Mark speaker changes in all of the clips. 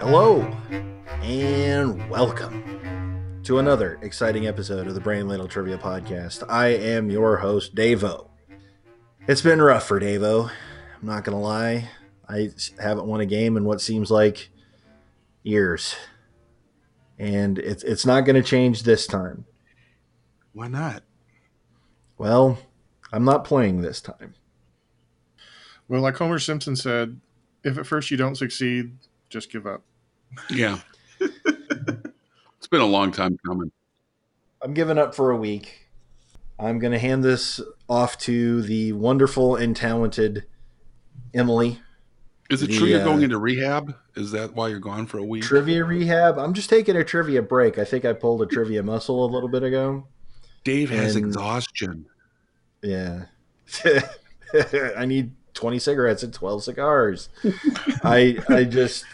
Speaker 1: Hello and welcome to another exciting episode of the Brain Little Trivia Podcast. I am your host, Davo. It's been rough for Davo. I'm not going to lie. I haven't won a game in what seems like years. And it's, it's not going to change this time.
Speaker 2: Why not?
Speaker 1: Well, I'm not playing this time.
Speaker 2: Well, like Homer Simpson said, if at first you don't succeed, just give up.
Speaker 3: Yeah. it's been a long time coming.
Speaker 1: I'm giving up for a week. I'm going to hand this off to the wonderful and talented Emily.
Speaker 3: Is it
Speaker 1: The,
Speaker 3: true you're
Speaker 1: uh,
Speaker 3: going into rehab? Is that why you're gone for a week?
Speaker 1: Trivia Rehab. I'm just taking a trivia break. I think I pulled a trivia muscle a little bit ago.
Speaker 3: Dave has
Speaker 1: And-
Speaker 3: exhaustion.
Speaker 1: Yeah. I need 20 cigarettes and 12 cigars. I I just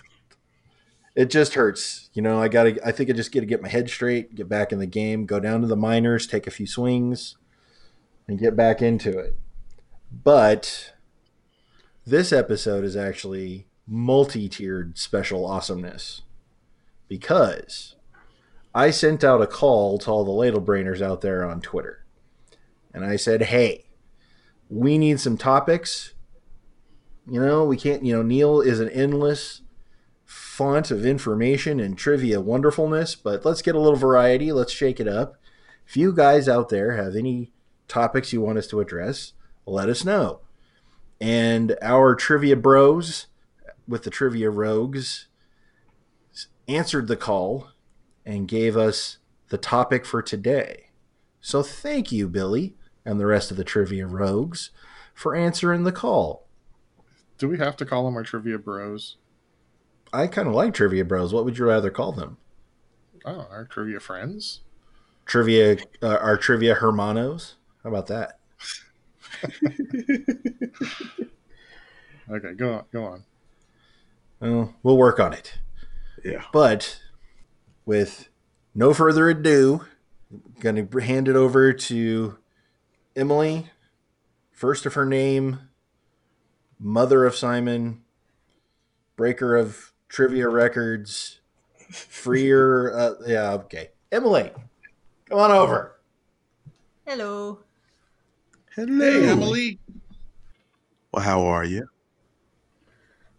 Speaker 1: it just hurts. You know, I got to I think I just got to get my head straight, get back in the game, go down to the minors, take a few swings and get back into it. But this episode is actually multi-tiered special awesomeness because I sent out a call to all the ladle brainers out there on Twitter and I said, "Hey, we need some topics. You know, we can't. You know, Neil is an endless font of information and trivia wonderfulness, but let's get a little variety. Let's shake it up. If you guys out there have any topics you want us to address, let us know. And our trivia bros with the trivia rogues s- answered the call and gave us the topic for today. So thank you, Billy, and the rest of the trivia rogues for answering the call.
Speaker 2: Do we have to call them our trivia bros?
Speaker 1: I kind of like trivia bros. What would you rather call them?
Speaker 2: Oh, our trivia friends?
Speaker 1: Trivia, uh, our trivia hermanos. How about that?
Speaker 2: Okay, go on, go on.
Speaker 1: Well, we'll work on it.
Speaker 3: Yeah.
Speaker 1: But with no further ado, going to hand it over to Emily, first of her name, mother of Simon, breaker of trivia records, freer. Uh, yeah, okay. Emily, come on over.
Speaker 4: Hello.
Speaker 3: Hello, hey, Emily.
Speaker 5: Well, how are you?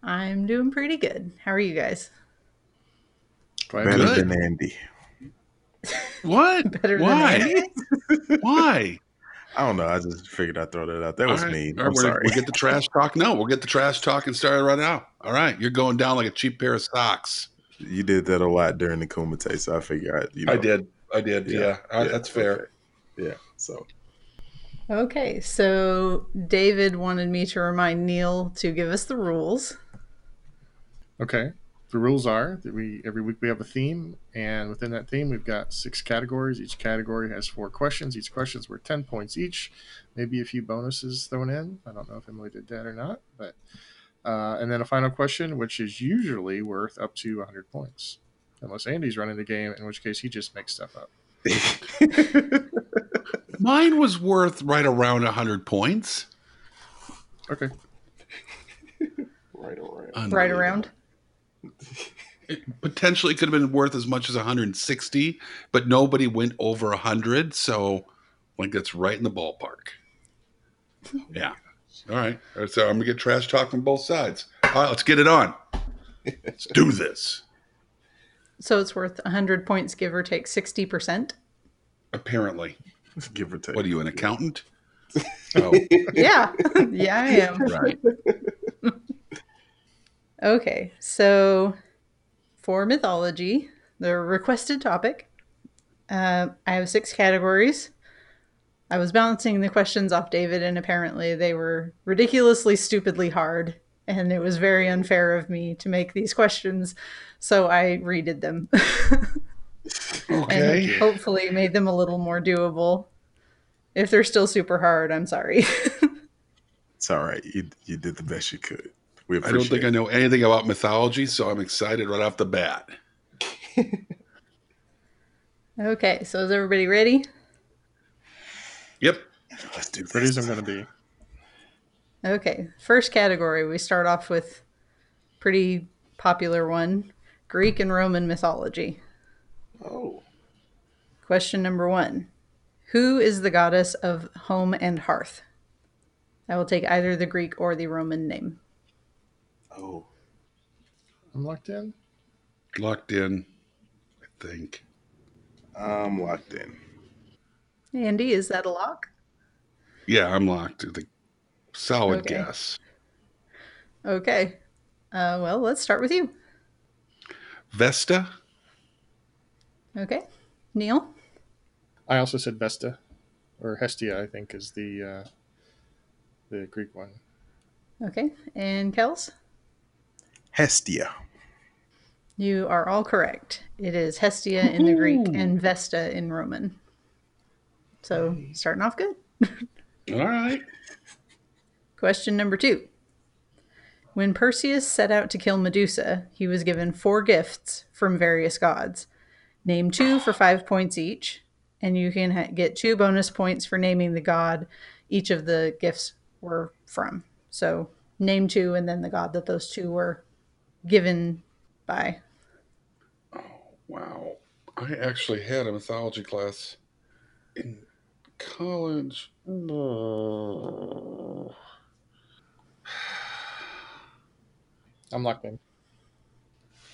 Speaker 4: I'm doing pretty good. How are you guys?
Speaker 2: Glad
Speaker 5: Better
Speaker 2: you-
Speaker 3: good.
Speaker 5: than Andy.
Speaker 3: What?
Speaker 4: Better
Speaker 3: why?
Speaker 4: than Andy?
Speaker 3: why?
Speaker 5: I don't know. I just figured I'd throw that out. That was
Speaker 3: All right.
Speaker 5: mean.
Speaker 3: All
Speaker 5: I'm
Speaker 3: we're-
Speaker 5: sorry.
Speaker 3: We'll get the trash talk. No, we'll get the trash talk and start it right now. All right. You're going down like a cheap pair of socks.
Speaker 5: You did that a lot during the Kumite, so I figured I'd, you know.
Speaker 3: I did.
Speaker 5: Yeah.
Speaker 3: All right,
Speaker 5: Yeah,
Speaker 3: That's fair.
Speaker 5: okay. Yeah. So
Speaker 4: Okay, so David wanted me to remind Neil to give us the rules.
Speaker 2: Okay. The rules are that we every week we have a theme, and within that theme we've got six categories. Each category has four questions. Each question's worth ten points each, maybe a few bonuses thrown in. I don't know if Emily did that or not, but uh, and then a final question, which is usually worth up to hundred points, unless Andy's running the game, in which case he just makes stuff up.
Speaker 3: Mine was worth right around 100 points.
Speaker 2: Okay.
Speaker 5: right around.
Speaker 4: Right around.
Speaker 3: It potentially could have been worth as much as 160, but nobody went over 100. So, like, that's right in the ballpark. Yeah. All right. All right, So, I'm going to get trash talk from both sides. All right, let's get it on. Let's do this.
Speaker 4: So it's worth 100 points, give or take 60%.
Speaker 3: Apparently.
Speaker 5: Give or take.
Speaker 3: What are you, an accountant? Oh,
Speaker 4: Yeah, yeah, I am.
Speaker 3: right.
Speaker 4: Okay, so for mythology, the requested topic, uh, I have six categories. I was balancing the questions off David, and apparently they were ridiculously, stupidly hard, and it was very unfair of me to make these questions, so I redid them and
Speaker 3: Okay.
Speaker 4: hopefully made them a little more doable. If they're still super hard, I'm sorry.
Speaker 5: It's all right. You you did the best you could. We
Speaker 3: I
Speaker 5: appreciate.
Speaker 3: don't think I know anything about mythology, so I'm excited right off the bat.
Speaker 4: okay, so is everybody ready?
Speaker 3: Yep.
Speaker 5: it. Let's do
Speaker 2: Pretty as I'm
Speaker 5: this.
Speaker 2: going to be.
Speaker 4: Okay, first category, we start off with pretty popular one Greek and Roman mythology.
Speaker 2: Oh,
Speaker 4: Question number one Who is the goddess of home and hearth? I will take either the Greek or the Roman name.
Speaker 5: Oh,
Speaker 2: I'm locked in.
Speaker 3: Locked in, I think.
Speaker 5: I'm locked in.
Speaker 4: Andy, is that a lock?
Speaker 3: Yeah, I'm locked. I think. Solid
Speaker 4: Okay.
Speaker 3: guess.
Speaker 4: Okay. Uh, well, let's start with you.
Speaker 3: Vesta?
Speaker 4: Okay. Neil?
Speaker 2: I also said Vesta, or Hestia, I think, is the uh, the Greek one.
Speaker 4: Okay. And Kels?
Speaker 5: Hestia.
Speaker 4: You are all correct. It is Hestia in the Greek and Vesta in Roman. So starting off good.
Speaker 3: All right.
Speaker 4: Question number two. When Perseus set out to kill Medusa, he was given four gifts from various gods. Name two for five points each, and you can ha- get two bonus points for naming the god each of the gifts were from. So name two and then the god that those two were given by.
Speaker 3: Wow. I actually had a mythology class in college.
Speaker 2: I'm locked in.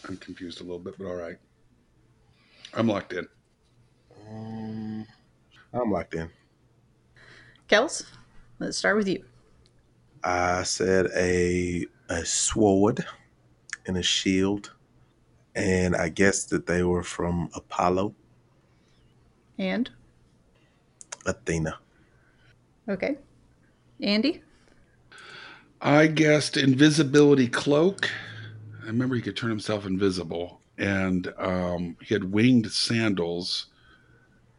Speaker 3: I'm confused a little bit, but all right. I'm locked in.
Speaker 5: Um, I'm locked in.
Speaker 4: Kels, let's start with you.
Speaker 5: I said a a sword and a shield, and I guess that they were from Apollo,
Speaker 4: And
Speaker 5: Athena.
Speaker 4: okay. Andy?
Speaker 3: I guessed invisibility cloak. I remember he could turn himself invisible, and um, he had winged sandals.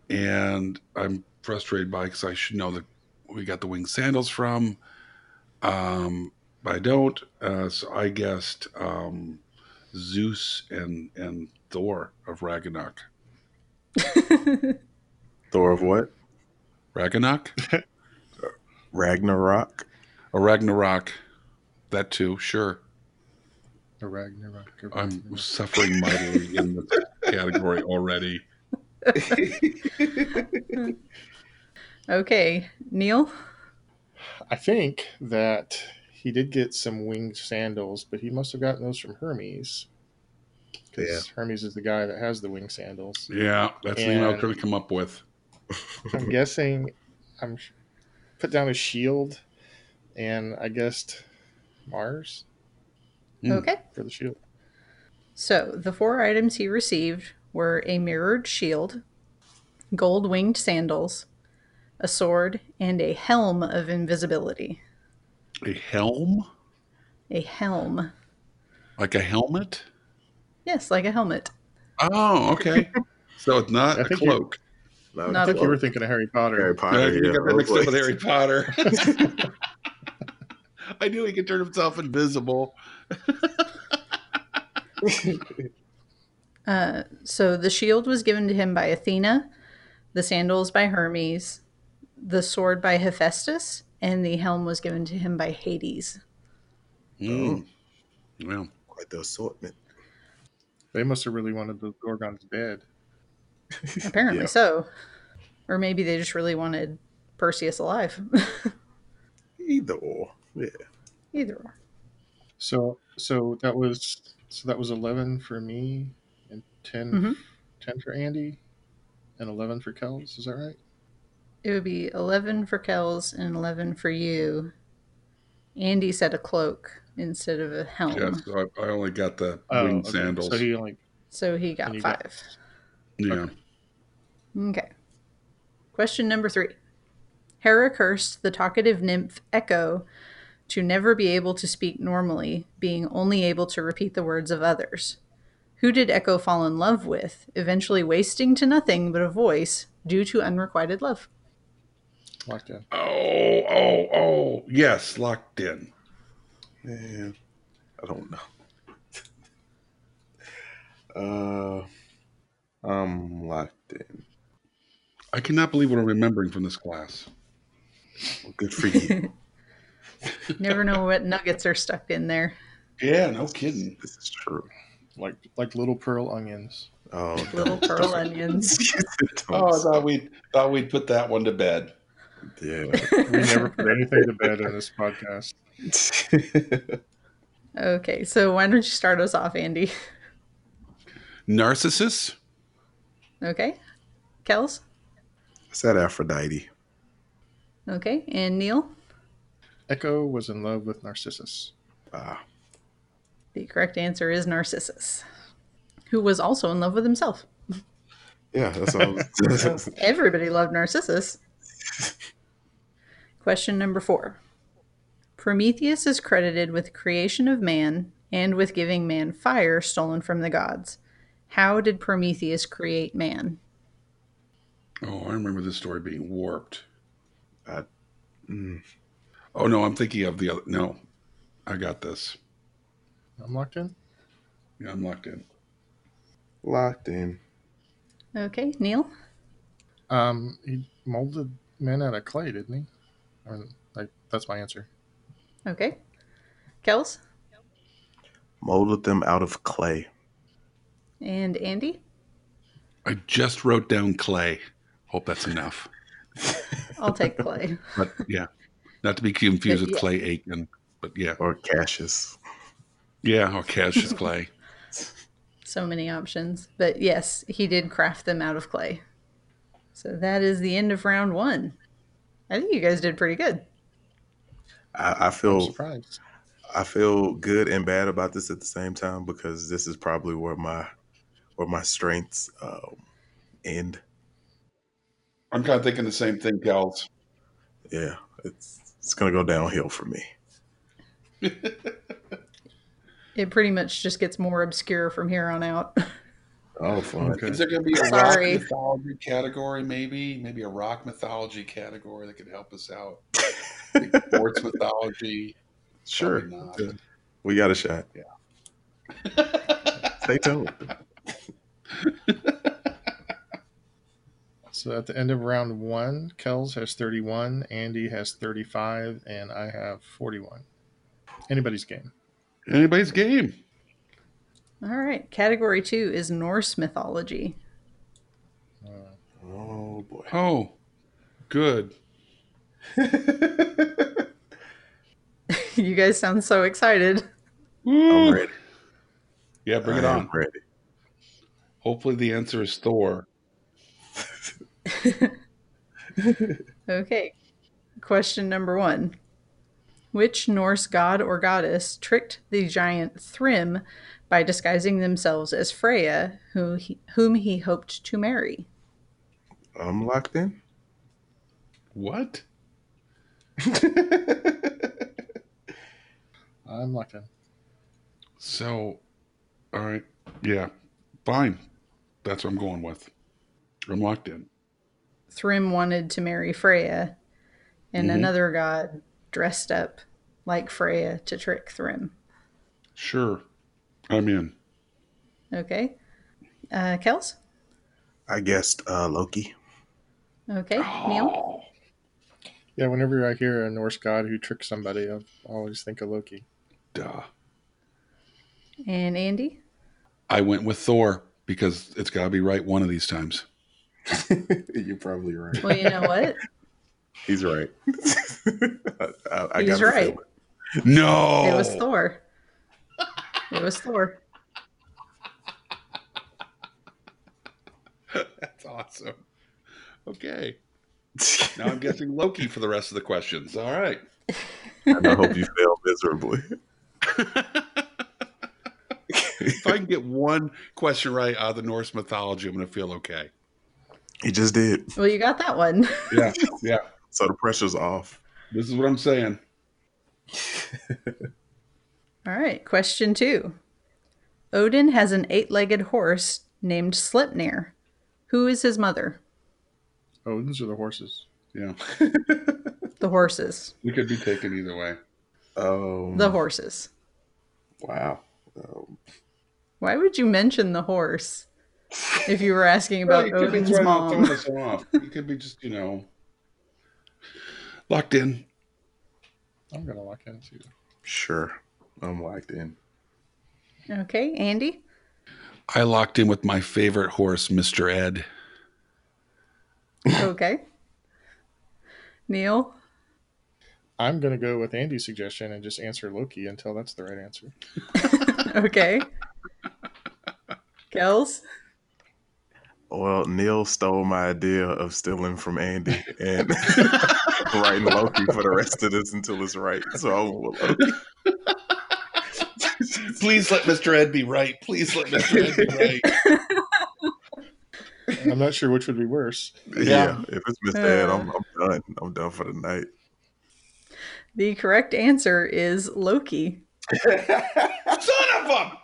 Speaker 3: And I'm frustrated by because I should know that we got the winged sandals from. Um, but I don't. Uh, so I guessed um, Zeus and and Thor of Ragnarok.
Speaker 5: Thor of what?
Speaker 3: Ragnarok
Speaker 5: Ragnarok.
Speaker 3: or Ragnarok. That too, sure.
Speaker 2: Or Ragnarok. or
Speaker 3: I'm
Speaker 2: Ragnarok.
Speaker 3: suffering mightily in this category already.
Speaker 4: Okay. Neil?
Speaker 2: I think that he did get some winged sandals, but he must have gotten those from Hermes. Because Hermes is the guy that has the winged sandals.
Speaker 3: Yeah, that's the name I was
Speaker 2: And-
Speaker 3: trying to come up with.
Speaker 2: I'm guessing I'm sh- put down a shield, and I guessed Mars
Speaker 3: Hmm.
Speaker 4: Okay.
Speaker 2: for the shield.
Speaker 4: So the four items he received were a mirrored shield, gold winged sandals, a sword, and a helm of invisibility.
Speaker 3: A helm?
Speaker 4: A helm.
Speaker 3: Like a helmet?
Speaker 4: Yes, like a helmet.
Speaker 3: Oh, okay. so it's not
Speaker 2: I
Speaker 3: a
Speaker 2: think you-
Speaker 3: cloak.
Speaker 5: No,
Speaker 4: Not
Speaker 2: I think
Speaker 4: Well-
Speaker 2: you were thinking of Harry Potter.
Speaker 5: Harry Potter.
Speaker 3: I think
Speaker 5: yeah,
Speaker 3: you got that
Speaker 5: I
Speaker 3: mixed
Speaker 5: was
Speaker 3: up with Harry
Speaker 5: like,
Speaker 3: Potter. I knew he could turn himself invisible.
Speaker 4: Uh, so the shield was given to him by Athena, the sandals by Hermes, the sword by Hephaestus, and the helm was given to him by Hades.
Speaker 3: Mm. Well,
Speaker 5: Quite the assortment.
Speaker 2: They must have really wanted the Gorgon's dead.
Speaker 4: Apparently
Speaker 5: Yeah.
Speaker 4: so. Or maybe they just really wanted Perseus alive.
Speaker 5: Either or. Yeah.
Speaker 4: Either or.
Speaker 2: So so that was so that was eleven for me and 10,
Speaker 4: Mhm.
Speaker 2: 10 for Andy and eleven for Kells, is that right?
Speaker 4: It would be 11 for Kells and 11 for you. Andy said a cloak instead of a helm.
Speaker 3: yeah, so I, I only got the winged
Speaker 2: Oh, okay.
Speaker 3: sandals.
Speaker 2: So he only
Speaker 4: So he
Speaker 2: And
Speaker 4: got
Speaker 2: you got-
Speaker 4: five.
Speaker 3: yeah.
Speaker 4: Okay. Question number three Hera cursed the talkative nymph Echo to never be able to speak normally, being only able to repeat the words of others. Who did Echo fall in love with, eventually wasting to nothing but a voice due to unrequited love?
Speaker 2: locked in.
Speaker 3: Oh, oh, oh. Yes, locked in.
Speaker 5: Yeah. I don't know. uh, I'm locked in.
Speaker 3: I cannot believe what I'm remembering from this class.
Speaker 5: Well, good for you.
Speaker 4: Never know what nuggets are stuck in there.
Speaker 3: Yeah, no kidding.
Speaker 5: This is true.
Speaker 2: like like little pearl onions.
Speaker 5: Oh,
Speaker 4: Little
Speaker 5: don't-
Speaker 4: pearl onions.
Speaker 5: don't-
Speaker 3: Oh, I thought we thought we'd put that one to bed.
Speaker 5: yeah.
Speaker 2: We never put anything to bed on this podcast.
Speaker 4: okay, so why don't you start us off, Andy?
Speaker 3: Narcissus,
Speaker 4: Okay. Kels?
Speaker 5: I said Aphrodite.
Speaker 4: Okay. And Neil?
Speaker 2: Echo was in love with Narcissus.
Speaker 5: Ah,
Speaker 4: The correct answer is Narcissus, who was also in love with himself.
Speaker 5: yeah, that's all.
Speaker 4: Everybody loved Narcissus. Question number four Prometheus is credited with creation of man and with giving man fire stolen from the gods. How did Prometheus create man?
Speaker 3: Oh, I remember this story being warped.
Speaker 5: Mm.
Speaker 3: Oh no, I'm thinking of the other. No, I got this.
Speaker 2: I'm locked in.
Speaker 3: Yeah, I'm locked in.
Speaker 5: Locked in.
Speaker 4: Okay, Neil?
Speaker 2: Um, he molded men out of clay, didn't he? I mean, like that's my answer.
Speaker 4: Okay. Kels?
Speaker 5: Molded them out of clay.
Speaker 4: And Andy?
Speaker 3: I just wrote down clay. Hope that's enough.
Speaker 4: I'll take Clay.
Speaker 3: But yeah, not to be confused with
Speaker 4: Yeah.
Speaker 3: Clay Aiken. But yeah,
Speaker 5: Or Cassius.
Speaker 3: yeah, or Cassius Clay.
Speaker 4: so many options. But yes, he did craft them out of clay. So that is the end of round one. I think you guys did pretty good.
Speaker 5: I, I
Speaker 2: I'm
Speaker 5: feel
Speaker 2: surprised.
Speaker 5: I feel good and bad about this at the same time because this is probably where my where my strengths um, end.
Speaker 3: I'm kind of thinking the same thing, gals.
Speaker 5: Yeah, it's it's gonna go downhill for me.
Speaker 4: It pretty much just gets more obscure from here on out.
Speaker 5: Oh, fun.
Speaker 2: Okay.
Speaker 3: Is there going to be a
Speaker 4: Sorry.
Speaker 3: rock mythology category? Maybe, maybe a rock mythology category that could help us out. Like sports mythology.
Speaker 5: Sure,
Speaker 3: Probably not.
Speaker 5: we got a shot. Stay tuned.
Speaker 2: So at the end of round one, Kells has 31, Andy has 35, and I have 41. Anybody's game.
Speaker 3: Anybody's game.
Speaker 4: All right. Category two is Norse mythology.
Speaker 2: Uh,
Speaker 5: Oh boy.
Speaker 3: Oh, good.
Speaker 4: you guys sound so excited.
Speaker 5: I'm
Speaker 3: Woo.
Speaker 5: ready.
Speaker 3: Yeah, bring it
Speaker 5: I am
Speaker 3: on.
Speaker 5: Ready.
Speaker 3: Hopefully, the answer is Thor.
Speaker 4: Okay. Question number one Which Norse god or goddess tricked the giant Thrym by disguising themselves as Freya, who he, whom he hoped to marry?
Speaker 5: I'm locked in.
Speaker 3: What?
Speaker 2: I'm locked in.
Speaker 3: So, all right. Yeah, fine. That's what I'm going with. I'm locked in.
Speaker 4: Thrym wanted to marry Freya, and
Speaker 3: Mhm.
Speaker 4: another god dressed up like Freya to trick Thrym.
Speaker 3: Sure. I'm in.
Speaker 4: Okay. Uh, Kels?
Speaker 5: I guessed uh, Loki.
Speaker 4: Okay. Neil?
Speaker 2: Yeah, whenever I hear a Norse god who tricks somebody, I always think of Loki.
Speaker 3: Duh.
Speaker 4: And Andy?
Speaker 3: I went with Thor because it's got to be right one of these times.
Speaker 5: You're probably right.
Speaker 4: Well, you know what?
Speaker 5: He's right. I, I
Speaker 4: He's
Speaker 5: got a
Speaker 4: right.
Speaker 5: feeling.
Speaker 3: No.
Speaker 4: It was Thor. It was Thor.
Speaker 3: That's awesome. Okay. Now I'm guessing Loki for the rest of the questions. All right.
Speaker 5: And I hope you fail miserably.
Speaker 3: If I can get one question right out of the Norse mythology, I'm going to feel okay.
Speaker 5: He just did.
Speaker 4: Well, you got that one.
Speaker 3: Yeah. Yeah.
Speaker 5: So the pressure's off.
Speaker 3: This is what I'm saying.
Speaker 4: All right. Question two Odin has an eight legged horse named Sleipnir. Who is his mother?
Speaker 2: Odin's or Oh, the horses?
Speaker 3: Yeah.
Speaker 4: The horses.
Speaker 3: We could be taken either way.
Speaker 5: Um,
Speaker 4: The horses.
Speaker 5: Wow. Um,
Speaker 4: Why would you mention the horse if you were asking about
Speaker 3: you could be
Speaker 4: Odin's
Speaker 3: throwing
Speaker 4: mom?
Speaker 3: us off. You could be just, you know, locked in.
Speaker 2: I'm going to lock in too.
Speaker 5: sure. I'm locked in.
Speaker 4: Okay, Andy.
Speaker 3: I locked in with my favorite horse, Mr. Ed.
Speaker 4: Okay. Neil?
Speaker 2: I'm going to go with Andy's suggestion and just answer Loki until that's the right answer.
Speaker 4: Okay. Kels?
Speaker 5: Well, Neil stole my idea of stealing from Andy and writing Loki for the rest of this until it's right. So I'm with Loki.
Speaker 3: Please let Mr. Ed be right. Please let Mr. Ed be right.
Speaker 2: I'm not sure which would be worse.
Speaker 5: Yeah.
Speaker 1: Yeah.
Speaker 5: if it's Miss Ed, I'm, I'm done. I'm done for the night.
Speaker 4: The correct answer is Loki.
Speaker 3: Son of a!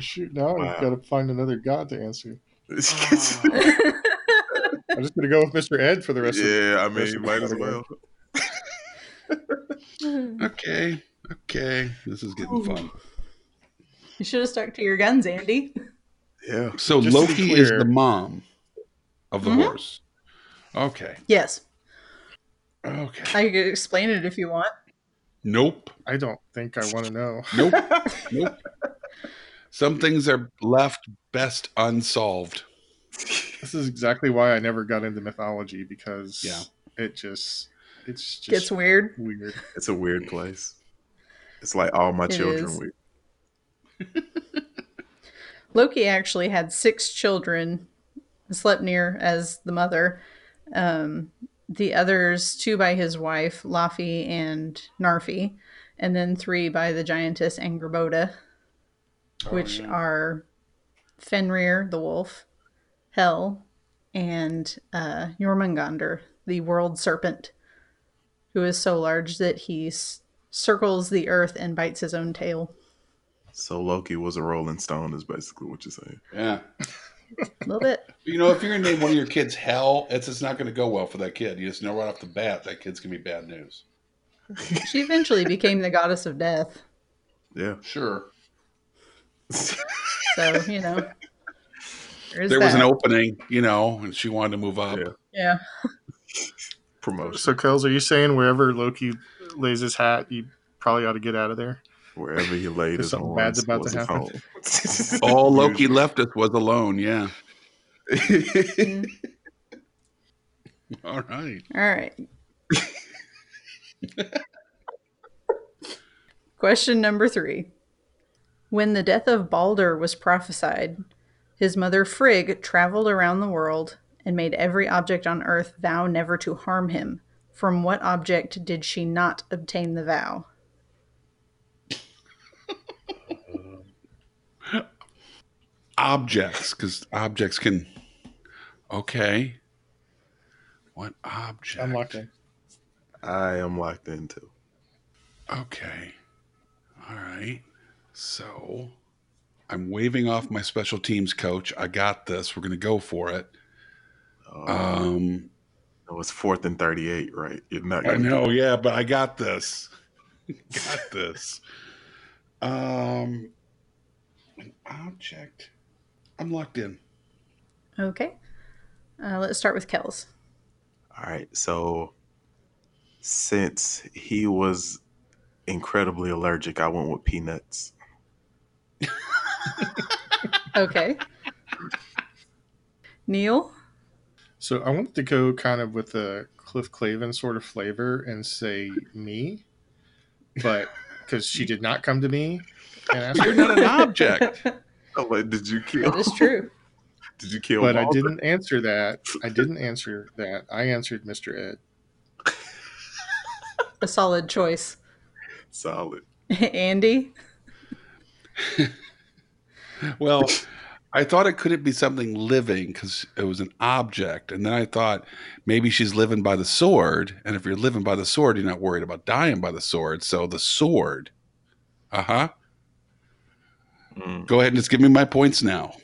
Speaker 2: Shoot, now
Speaker 5: Wow.
Speaker 2: I've got to find another god to answer.
Speaker 4: Ah,
Speaker 3: Oh.
Speaker 2: I'm just going to go with Mr. Ed for the rest of
Speaker 5: yeah, I mean,
Speaker 2: rest
Speaker 5: you
Speaker 2: of the
Speaker 5: might as
Speaker 2: category.
Speaker 5: well.
Speaker 4: you
Speaker 3: Okay. Okay. This is getting fun.
Speaker 4: should have stuck to your guns, Andy.
Speaker 5: Yeah.
Speaker 3: So
Speaker 2: Just to be
Speaker 3: Loki is
Speaker 2: clear-
Speaker 3: the mom of the
Speaker 4: Mhm.
Speaker 3: horse. Okay.
Speaker 4: Yes.
Speaker 3: Okay.
Speaker 4: I could explain it if you want.
Speaker 3: Nope.
Speaker 2: I don't think I want to know.
Speaker 3: Nope. nope. Some things are left best unsolved.
Speaker 2: This is exactly why I never got into mythology because
Speaker 3: Yeah.
Speaker 2: it just it's just
Speaker 4: Gets weird.
Speaker 2: weird.
Speaker 5: It's a weird place. It's like all my
Speaker 4: It
Speaker 5: children.
Speaker 4: is.
Speaker 5: We,
Speaker 4: Loki actually had six children, slept near as the mother. Um, the others, two by his wife, Laffy and Narfi, and then three by the giantess Angerboda, which are Fenrir the wolf, Hel, and uh, Jormungandr, the world serpent, who is so large that he s- circles the earth and bites his own tail.
Speaker 5: so Loki was a Rolling Stone, is basically what you're saying.
Speaker 3: Yeah.
Speaker 4: A little bit.
Speaker 3: You know, if you're gonna name one of your kids hell, it's it's not gonna go well for that kid. You just know right off the bat that kid's gonna be bad news.
Speaker 4: She eventually became the goddess of death.
Speaker 5: Yeah.
Speaker 3: Sure.
Speaker 4: So, you know. There's
Speaker 3: There was
Speaker 4: that.
Speaker 3: an opening, you know, and she wanted to move up.
Speaker 5: Yeah.
Speaker 4: Yeah.
Speaker 5: Promotion.
Speaker 2: So Kels, are you saying wherever Loki lays his hat, you probably ought to get out of there?
Speaker 5: Wherever he
Speaker 2: There's
Speaker 5: laid his
Speaker 2: something
Speaker 5: horns
Speaker 2: bad's about to
Speaker 5: was his
Speaker 2: happen.
Speaker 5: home.
Speaker 3: All Loki left us was alone, yeah.
Speaker 4: Mm.
Speaker 3: All right.
Speaker 4: All right. Question number three. When the death of Balder was prophesied, his mother Frigg traveled around the world and made every object on earth vow never to harm him. From what object did she not obtain the vow?
Speaker 3: objects because objects can okay what object
Speaker 2: I'm locked in.
Speaker 5: I am locked into.
Speaker 3: okay all right so i'm waving off my special teams coach i got this we're gonna go for it
Speaker 5: Uh,
Speaker 3: um
Speaker 5: it was fourth and thirty-eight, right? You're not.
Speaker 3: i
Speaker 5: gonna-
Speaker 3: know yeah but i got this got this um an object i'm locked in
Speaker 4: Okay. Uh, let's start with Kells.
Speaker 5: All right. So, since he was incredibly allergic, I went with peanuts.
Speaker 4: Okay. Neil?
Speaker 2: So I wanted to go kind of with a Cliff Clavin sort of flavor and say me, but because she did not come to me and ask,
Speaker 3: you're not an object
Speaker 5: I'm like, did you kill?
Speaker 4: That is true.
Speaker 5: Did you kill?
Speaker 2: but I
Speaker 5: Walter?
Speaker 2: didn't answer that. I didn't answer that. I answered Mr. Ed.
Speaker 4: A solid choice.
Speaker 5: Solid.
Speaker 4: Andy?
Speaker 3: Well, I thought it couldn't be something living because it was an object. And then I thought maybe she's living by the sword. And if you're living by the sword, you're not worried about dying by the sword. So the sword. Uh huh.
Speaker 5: Mm.
Speaker 3: Go ahead and just give me my points now.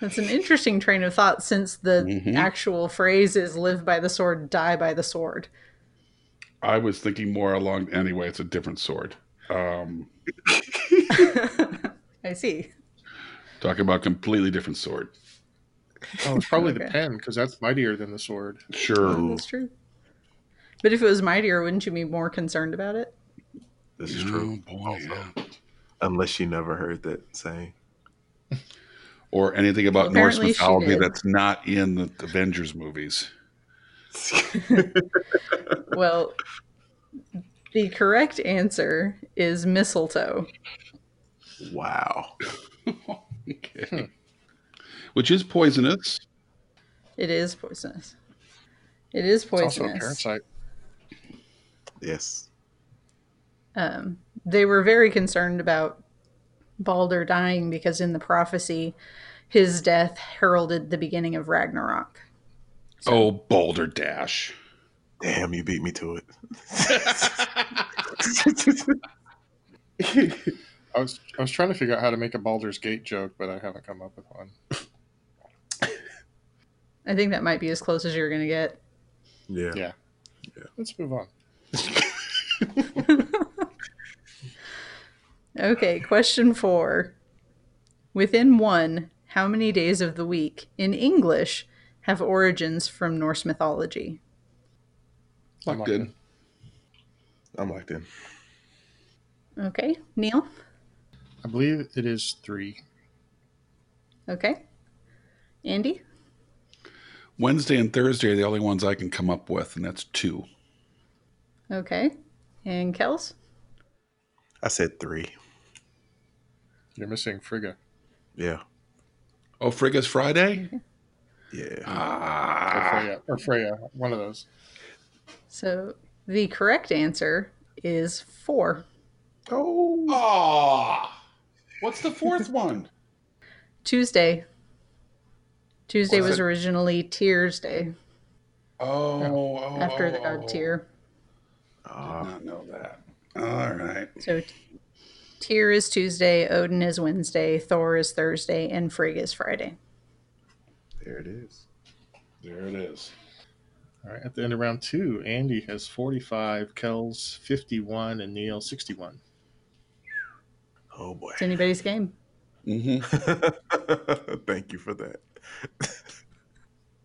Speaker 4: That's an interesting train of thought since the
Speaker 3: Mhm.
Speaker 4: actual phrase is live by the sword, die by the sword.
Speaker 3: I was thinking more along, anyway, it's a different sword. Um,
Speaker 4: I see.
Speaker 3: talking about completely different sword.
Speaker 2: Oh, it's probably the
Speaker 4: Okay.
Speaker 2: pen because that's mightier than the sword.
Speaker 3: Sure.
Speaker 5: Ooh,
Speaker 4: That's true. But if it was mightier, wouldn't you be more concerned about it?
Speaker 5: this is true.
Speaker 3: Oh, boy, mm, yeah.
Speaker 5: unless you never heard that saying.
Speaker 3: or anything about Norse
Speaker 4: Apparently she
Speaker 3: mythology
Speaker 4: did.
Speaker 3: that's not in the Avengers movies.
Speaker 4: Well, the correct answer is mistletoe.
Speaker 5: Wow.
Speaker 3: Okay. Which is poisonous.
Speaker 4: It is poisonous. It is
Speaker 2: It's also a
Speaker 4: poisonous.
Speaker 2: parasite.
Speaker 5: Yes.
Speaker 4: Um, they were very concerned about Balder dying because in the prophecy, his death heralded the beginning of Ragnarok.
Speaker 3: Oh, balderdash.
Speaker 5: Damn, you beat me to it.
Speaker 2: I was I was trying to figure out how to make a Baldur's Gate joke, but I haven't come up with one.
Speaker 4: I think that might be as close as you're going to get.
Speaker 5: yeah.
Speaker 2: Yeah. Let's move on.
Speaker 4: Okay, question four. Within one, how many days of the week in English have origins from Norse mythology?
Speaker 2: I'm
Speaker 3: Good.
Speaker 2: up.
Speaker 5: I'm locked in.
Speaker 4: Okay, Neil.
Speaker 2: I believe it is three.
Speaker 4: Okay, Andy.
Speaker 3: Wednesday and Thursday are the only ones I can come up with, and that's two.
Speaker 4: Okay, and Kels.
Speaker 5: I said three.
Speaker 2: You're missing Frigga.
Speaker 5: Yeah.
Speaker 3: Oh, Frigga's Friday?
Speaker 5: Yeah.
Speaker 3: Uh,
Speaker 2: Or
Speaker 3: Ah,
Speaker 2: Freya. Or Freya. One of those.
Speaker 4: So the correct answer is four.
Speaker 5: Oh.
Speaker 3: Aw. Ah. what's the fourth one?
Speaker 4: Tuesday. Tuesday
Speaker 3: Was
Speaker 4: was
Speaker 3: it-
Speaker 4: originally Tears Day
Speaker 3: Oh, oh
Speaker 4: after the
Speaker 3: oh,
Speaker 4: god
Speaker 3: oh.
Speaker 4: Tyr.
Speaker 3: Did
Speaker 5: Ah,
Speaker 3: not know that. All right.
Speaker 4: So Tyr is Tuesday, Odin is Wednesday, Thor is Thursday, and Frigg is Friday.
Speaker 5: there it is.
Speaker 3: There it is.
Speaker 2: All right. At the end of round two, Andy has 45, Kells 51, and Neil 61.
Speaker 5: Oh boy.
Speaker 4: It's anybody's game.
Speaker 3: Mm-hmm.
Speaker 5: Thank you for that.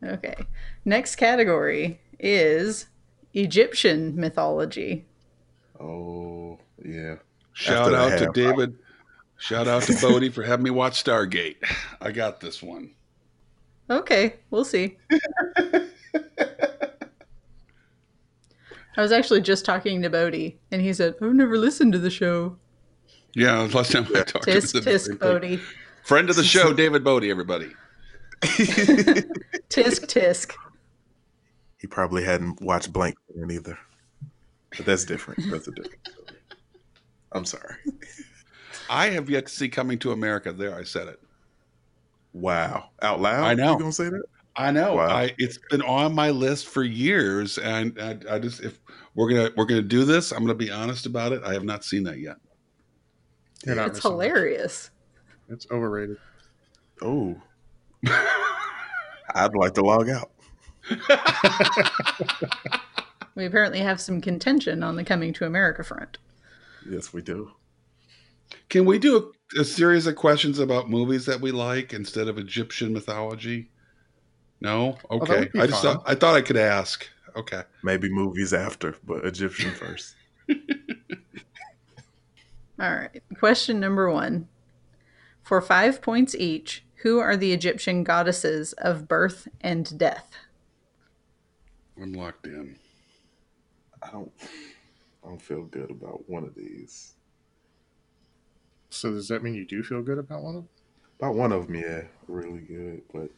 Speaker 4: Okay. Next category is Egyptian mythology.
Speaker 5: Oh yeah.
Speaker 3: Shout
Speaker 5: After
Speaker 3: out
Speaker 5: the
Speaker 3: to
Speaker 5: half.
Speaker 3: David. Shout out to Bodie for having me watch Stargate. I got this one.
Speaker 4: Okay, we'll see. I was actually just talking to Bodhi, and he said, I've never listened to the show.
Speaker 3: Yeah, that was last time I talked
Speaker 4: Tisk,
Speaker 3: to him.
Speaker 4: tisk, Bodhi.
Speaker 3: Friend of the show, David Bodie, everybody.
Speaker 4: Tisk, tisk.
Speaker 5: He probably hadn't watched Blank Man either. But that's different. That's a different. story. I'm sorry.
Speaker 3: I have yet to see Coming to America. There, I said it.
Speaker 5: Wow. Out loud?
Speaker 3: I know.
Speaker 5: You gonna say that?
Speaker 3: I know.
Speaker 5: Wow.
Speaker 3: I it's been on my list for years, and I, I just if we're gonna we're gonna do this, I'm gonna be honest about it. I have not seen that yet.
Speaker 2: You're not
Speaker 4: It's
Speaker 2: missing much.
Speaker 4: hilarious.
Speaker 2: It's overrated.
Speaker 5: Oh. I'd like to log out.
Speaker 4: We apparently have some contention on the Coming to America front.
Speaker 5: Yes, we do.
Speaker 3: Can we do a, a series of questions about movies that we like instead of Egyptian mythology? No.
Speaker 2: Oh, that
Speaker 3: Okay.
Speaker 2: would be
Speaker 3: I just
Speaker 2: fun.
Speaker 3: thought I thought I could ask. Okay.
Speaker 5: Maybe movies after, but Egyptian first.
Speaker 4: All right. Question number one. For five points each, who are the Egyptian goddesses of birth and death?
Speaker 3: I'm locked in.
Speaker 5: I don't I don't feel good about one of these.
Speaker 2: So does that mean you do feel good about one of them?
Speaker 5: About one of them, yeah, really good, but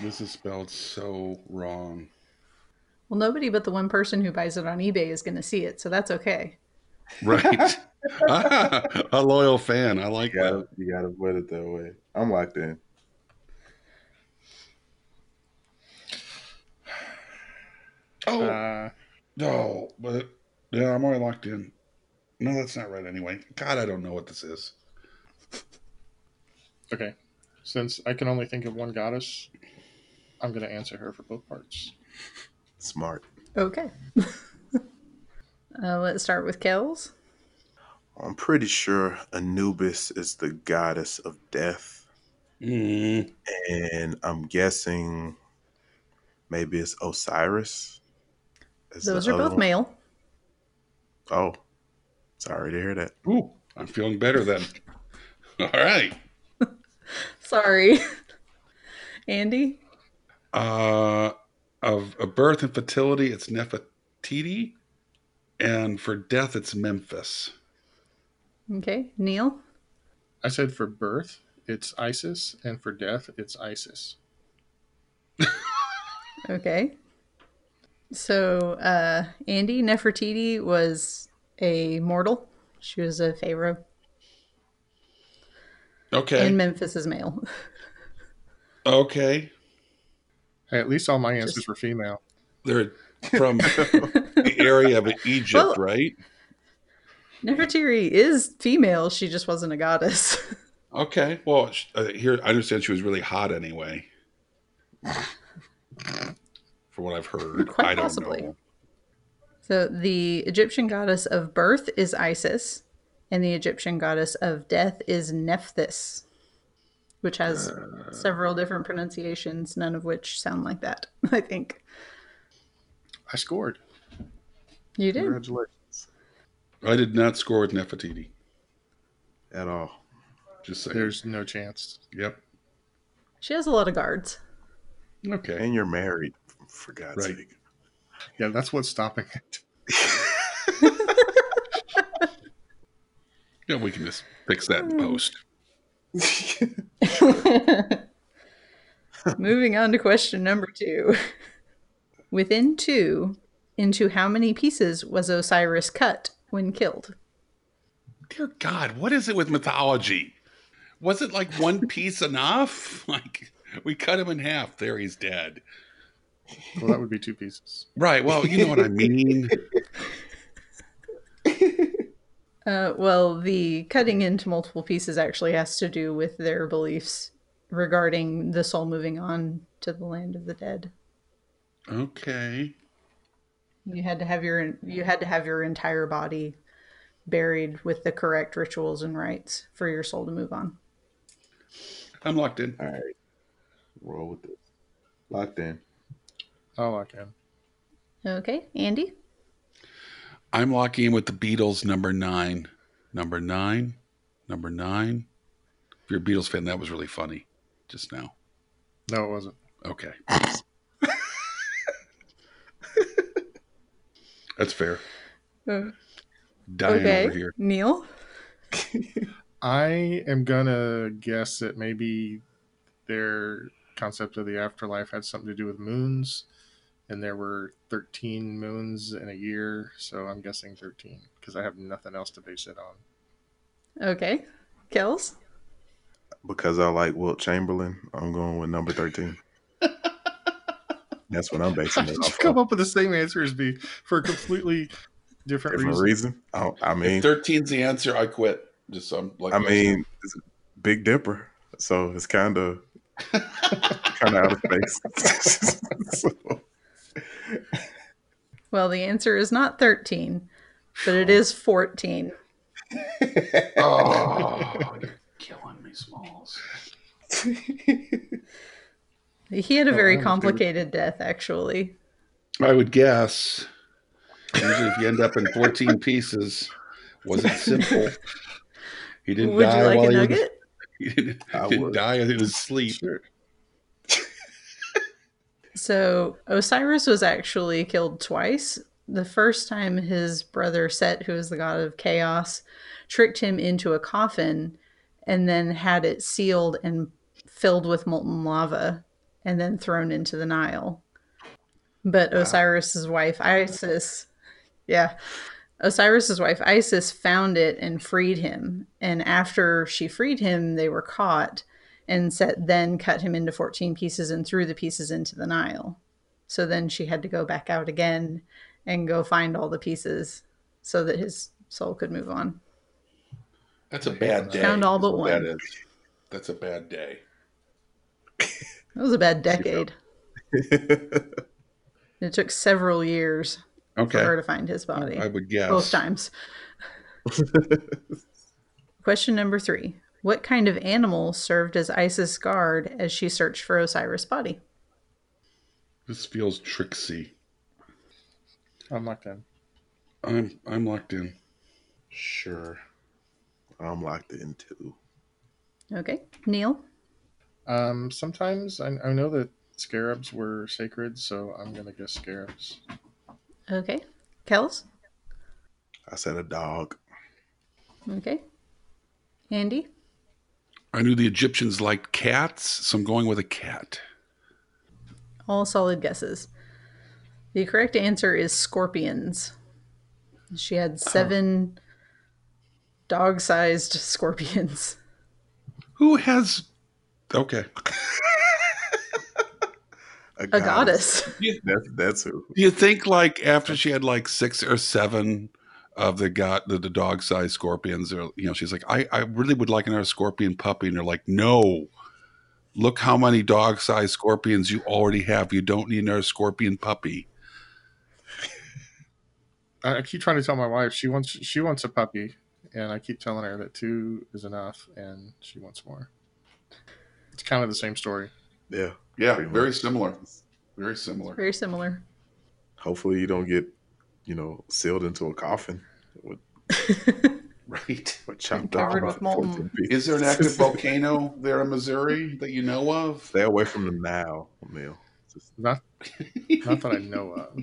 Speaker 3: This is spelled so wrong.
Speaker 4: Well, nobody but the one person who buys it on eBay is going to see it, so that's okay.
Speaker 3: Right. Ah, a loyal fan. I like
Speaker 5: you
Speaker 3: that.
Speaker 5: gotta you gotta put it that way. I'm locked in.
Speaker 3: Oh
Speaker 2: Uh,
Speaker 3: no, but yeah, I'm already locked in. No, that's not right anyway. God, I don't know what this is.
Speaker 2: okay. Since I can only think of one goddess, I'm going to answer her for both parts.
Speaker 5: Smart.
Speaker 4: Okay. uh, let's start with Kells.
Speaker 5: I'm pretty sure Anubis is the goddess of death.
Speaker 2: Mm-hmm.
Speaker 3: Mm,
Speaker 5: And I'm guessing maybe it's Osiris. is the
Speaker 4: Those are
Speaker 5: other
Speaker 4: both
Speaker 5: one.
Speaker 4: male.
Speaker 5: Oh. Sorry to hear that.
Speaker 3: ooh, I'm feeling better then. All right.
Speaker 4: Sorry. Andy?
Speaker 3: Uh, of, of birth and fertility, it's Nefertiti. And for death, it's Memphis.
Speaker 4: Okay. Neil?
Speaker 2: I said for birth, it's Isis, and for death, it's Isis.
Speaker 4: Okay. So, uh, Andy Nefertiti was a mortal. She was a pharaoh,
Speaker 3: Okay.
Speaker 4: and Memphis is male.
Speaker 3: okay.
Speaker 2: Hey, at least all my answers
Speaker 4: Just-
Speaker 2: were female.
Speaker 3: They're from the area of Egypt,
Speaker 4: Well-
Speaker 3: right?
Speaker 4: Nefertiti is female. She just wasn't a goddess.
Speaker 3: Okay. Well, sh- uh, here I understand she was really hot anyway. From what I've heard,
Speaker 4: Quite
Speaker 3: I don't
Speaker 4: possibly.
Speaker 3: know.
Speaker 4: So, the Egyptian goddess of birth is Isis, and the Egyptian goddess of death is Nephthys, which has several different pronunciations, none of which sound like that, I think.
Speaker 2: I scored.
Speaker 4: You did.
Speaker 5: Congratulations.
Speaker 3: I did not score with Nefertiti.
Speaker 5: At all.
Speaker 3: Just saying.
Speaker 2: There's no chance.
Speaker 3: yep.
Speaker 4: She has a lot of guards.
Speaker 3: Okay.
Speaker 5: And you're married, for God's
Speaker 3: Right.
Speaker 5: sake.
Speaker 2: Yeah, that's what's stopping it.
Speaker 3: Yeah, we can just fix that in post.
Speaker 4: Moving on to question number two. Within two, into how many pieces was Osiris cut when killed?
Speaker 3: Dear God, what is it with mythology? Was it like one piece enough? Like we cut him in half. There he's dead.
Speaker 2: Well, that would be two pieces.
Speaker 3: Right. Well, you know what I mean.
Speaker 4: Uh, well, the cutting into multiple pieces actually has to do with their beliefs regarding the soul moving on to the land of the dead.
Speaker 3: Okay.
Speaker 4: You had to have your you had to have your entire body buried with the correct rituals and rites for your soul to move on.
Speaker 3: I'm locked in.
Speaker 5: All right. Roll with this. Locked in.
Speaker 2: Oh, I can.
Speaker 4: Okay, Andy.
Speaker 3: I'm locking in with the Beatles number nine. Number nine. Number nine. If you're a Beatles fan, that was really funny just now.
Speaker 2: No, it wasn't.
Speaker 3: Okay. That's fair.
Speaker 4: Uh,
Speaker 3: Dying
Speaker 4: okay,
Speaker 3: over here.
Speaker 4: Neil.
Speaker 2: I am gonna guess that maybe their concept of the afterlife had something to do with moons, and there were thirteen moons in a year, so I'm guessing thirteen because I have nothing else to base it on.
Speaker 4: Okay, Kells.
Speaker 5: Because I like Wilt Chamberlain, I'm going with number 13. That's what I'm basing
Speaker 2: How
Speaker 5: it
Speaker 2: did you
Speaker 5: off
Speaker 2: come
Speaker 5: of.
Speaker 2: up with the same answer as me for a completely different
Speaker 5: Different
Speaker 2: reason?
Speaker 5: reason. I, I mean,
Speaker 3: If 13's the answer, I quit. Just so I'm like,
Speaker 5: I mean, it's Big Dipper, so it's kind of kind of out of space. So,
Speaker 4: Well, the answer is not thirteen, but it is fourteen.
Speaker 3: oh, you're killing me, Smalls.
Speaker 4: He had a
Speaker 2: Oh, I
Speaker 4: very
Speaker 2: understand.
Speaker 4: complicated death, actually.
Speaker 3: I would guess. Usually, if you end up in 14 pieces, was it simple? He
Speaker 4: Would
Speaker 3: didn't
Speaker 4: you
Speaker 3: die
Speaker 4: like
Speaker 3: while
Speaker 4: a
Speaker 3: he was-
Speaker 4: nugget?
Speaker 3: He didn't,
Speaker 5: I
Speaker 3: didn't
Speaker 5: would.
Speaker 3: die in his sleep.
Speaker 5: sure.
Speaker 4: So Osiris was actually killed twice. The first time his brother Set, who is the god of chaos, tricked him into a coffin and then had it sealed and filled with molten lava and then thrown into the Nile. But Osiris's wife Isis, yeah, Osiris's wife Isis found it and freed him. And after she freed him, they were caught and set then cut him into 14 pieces and threw the pieces into the Nile. So then she had to go back out again and go find all the pieces so that his soul could move on.
Speaker 3: That's a bad day.
Speaker 4: Found all
Speaker 3: is
Speaker 4: but
Speaker 3: what That
Speaker 4: one.
Speaker 3: is. That's a bad day.
Speaker 4: That was a bad decade. It took several years for her
Speaker 3: Okay.
Speaker 4: to find his body.
Speaker 3: I would guess.
Speaker 4: Both times. Question number three What kind of animal served as Isis' guard as she searched for Osiris' body?
Speaker 3: This feels tricksy.
Speaker 2: I'm locked in.
Speaker 3: I'm I'm locked in. Sure.
Speaker 5: I'm locked in too.
Speaker 4: Okay. Neil?
Speaker 2: Um, sometimes I, I know that scarabs were sacred, so I'm gonna guess scarabs.
Speaker 4: Okay. Kels?
Speaker 5: I said a dog.
Speaker 4: Okay. Andy?
Speaker 3: I knew the Egyptians liked cats, so I'm going with a cat.
Speaker 4: All solid guesses. The correct answer is scorpions. She had seven dog sized scorpions.
Speaker 3: Who has? Okay.
Speaker 4: A goddess.
Speaker 5: That's that's who.
Speaker 3: Do you think like after she had like six or seven of the got the, the dog sized scorpions, or you know, she's like, I, I really would like another scorpion puppy, and they're like, No, look how many dog sized scorpions you already have. You don't need another scorpion puppy.
Speaker 2: I, I keep trying to tell my wife she wants she wants a puppy, and I keep telling her that two is enough, and she wants more. It's kind of the same story.
Speaker 5: Yeah.
Speaker 3: Yeah,
Speaker 5: pretty much.
Speaker 3: Very similar.
Speaker 4: Very similar.
Speaker 5: Hopefully you don't get, you know, sealed into a coffin with,
Speaker 3: Right.
Speaker 5: with chopped off.
Speaker 4: Covered with molten.
Speaker 3: Is there an active volcano there in Missouri that you know of?
Speaker 5: Stay away from them now, Emil. Just
Speaker 2: Not not that I know of.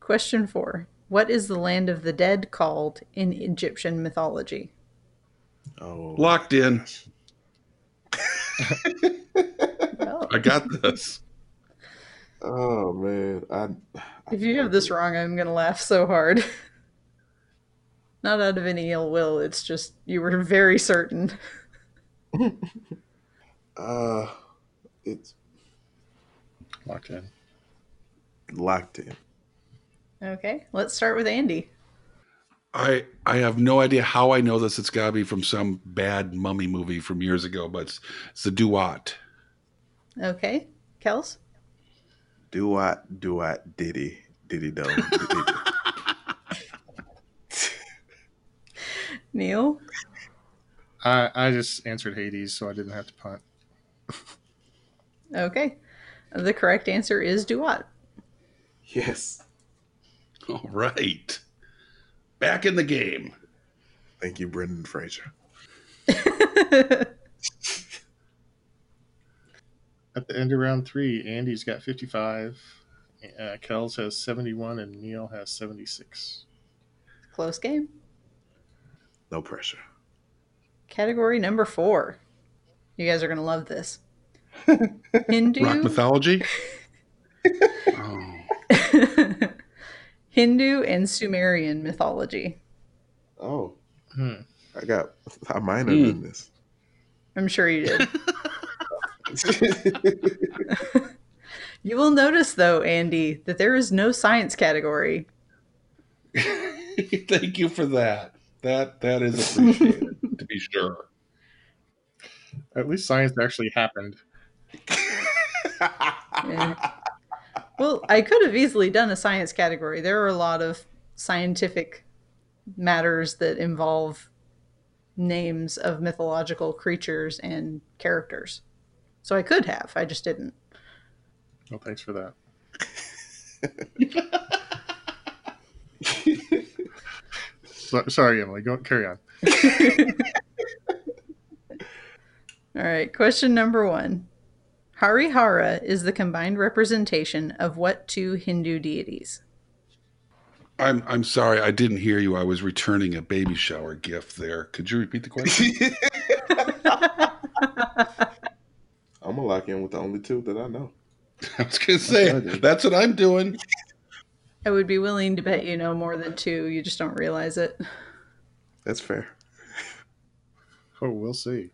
Speaker 4: Question four What is the land of the dead called in Egyptian mythology?
Speaker 5: oh
Speaker 3: Locked in.
Speaker 4: Well,
Speaker 3: I got this.
Speaker 5: oh man. I
Speaker 4: if you have this wrong, I'm going to laugh so hard. Not out of any ill will, it's just you were very certain.
Speaker 5: uh it's
Speaker 2: Locked in.
Speaker 5: locked in.
Speaker 4: Okay, let's start with Andy.
Speaker 3: I I have no idea how I know this. It's got to be from some bad mummy movie from years ago, but it's, it's the Duat.
Speaker 4: Okay, Kels?
Speaker 5: Do I do I diddy diddy do diddy.
Speaker 4: Neil?
Speaker 2: I I just answered Hades, so I didn't have to punt.
Speaker 4: Okay. The correct answer is Duat.
Speaker 5: yes.
Speaker 3: All right, back in the game.
Speaker 5: Thank you, Brendan Fraser.
Speaker 2: At the end of round three, Andy's got 55, uh, Kels has 71, and Neil has 76.
Speaker 4: Close game.
Speaker 5: No pressure.
Speaker 4: Category number four. You guys are going to love this.
Speaker 3: Rock
Speaker 4: Hindu,
Speaker 3: mythology. oh,
Speaker 4: Hindu and Sumerian mythology.
Speaker 5: Oh,
Speaker 2: Hmm.
Speaker 5: I got I minored
Speaker 3: Hmm.
Speaker 5: in this.
Speaker 4: I'm sure you did. You will notice, though, Andy, that there is no science category.
Speaker 3: thank you for that. That that is appreciated to be sure.
Speaker 2: At least science actually happened.
Speaker 4: Yeah. Well, I could have easily done a science category. There are a lot of scientific matters that involve names of mythological creatures and characters. So I could have, I just didn't.
Speaker 2: Well, thanks for that. so, sorry, Emily. Go carry on.
Speaker 4: All right, question number one Harihara is the combined representation of what two Hindu deities?
Speaker 3: I'm I'm sorry. I didn't hear you. I was returning a baby shower gift. There. Could you repeat the question?
Speaker 5: I'm gonna lock in with the only two that I know.
Speaker 3: I was gonna say
Speaker 2: what I did.
Speaker 3: that's what I'm doing.
Speaker 4: I would be willing to bet you know more than two, you just don't realize it.
Speaker 5: That's fair.
Speaker 2: Oh, we'll see.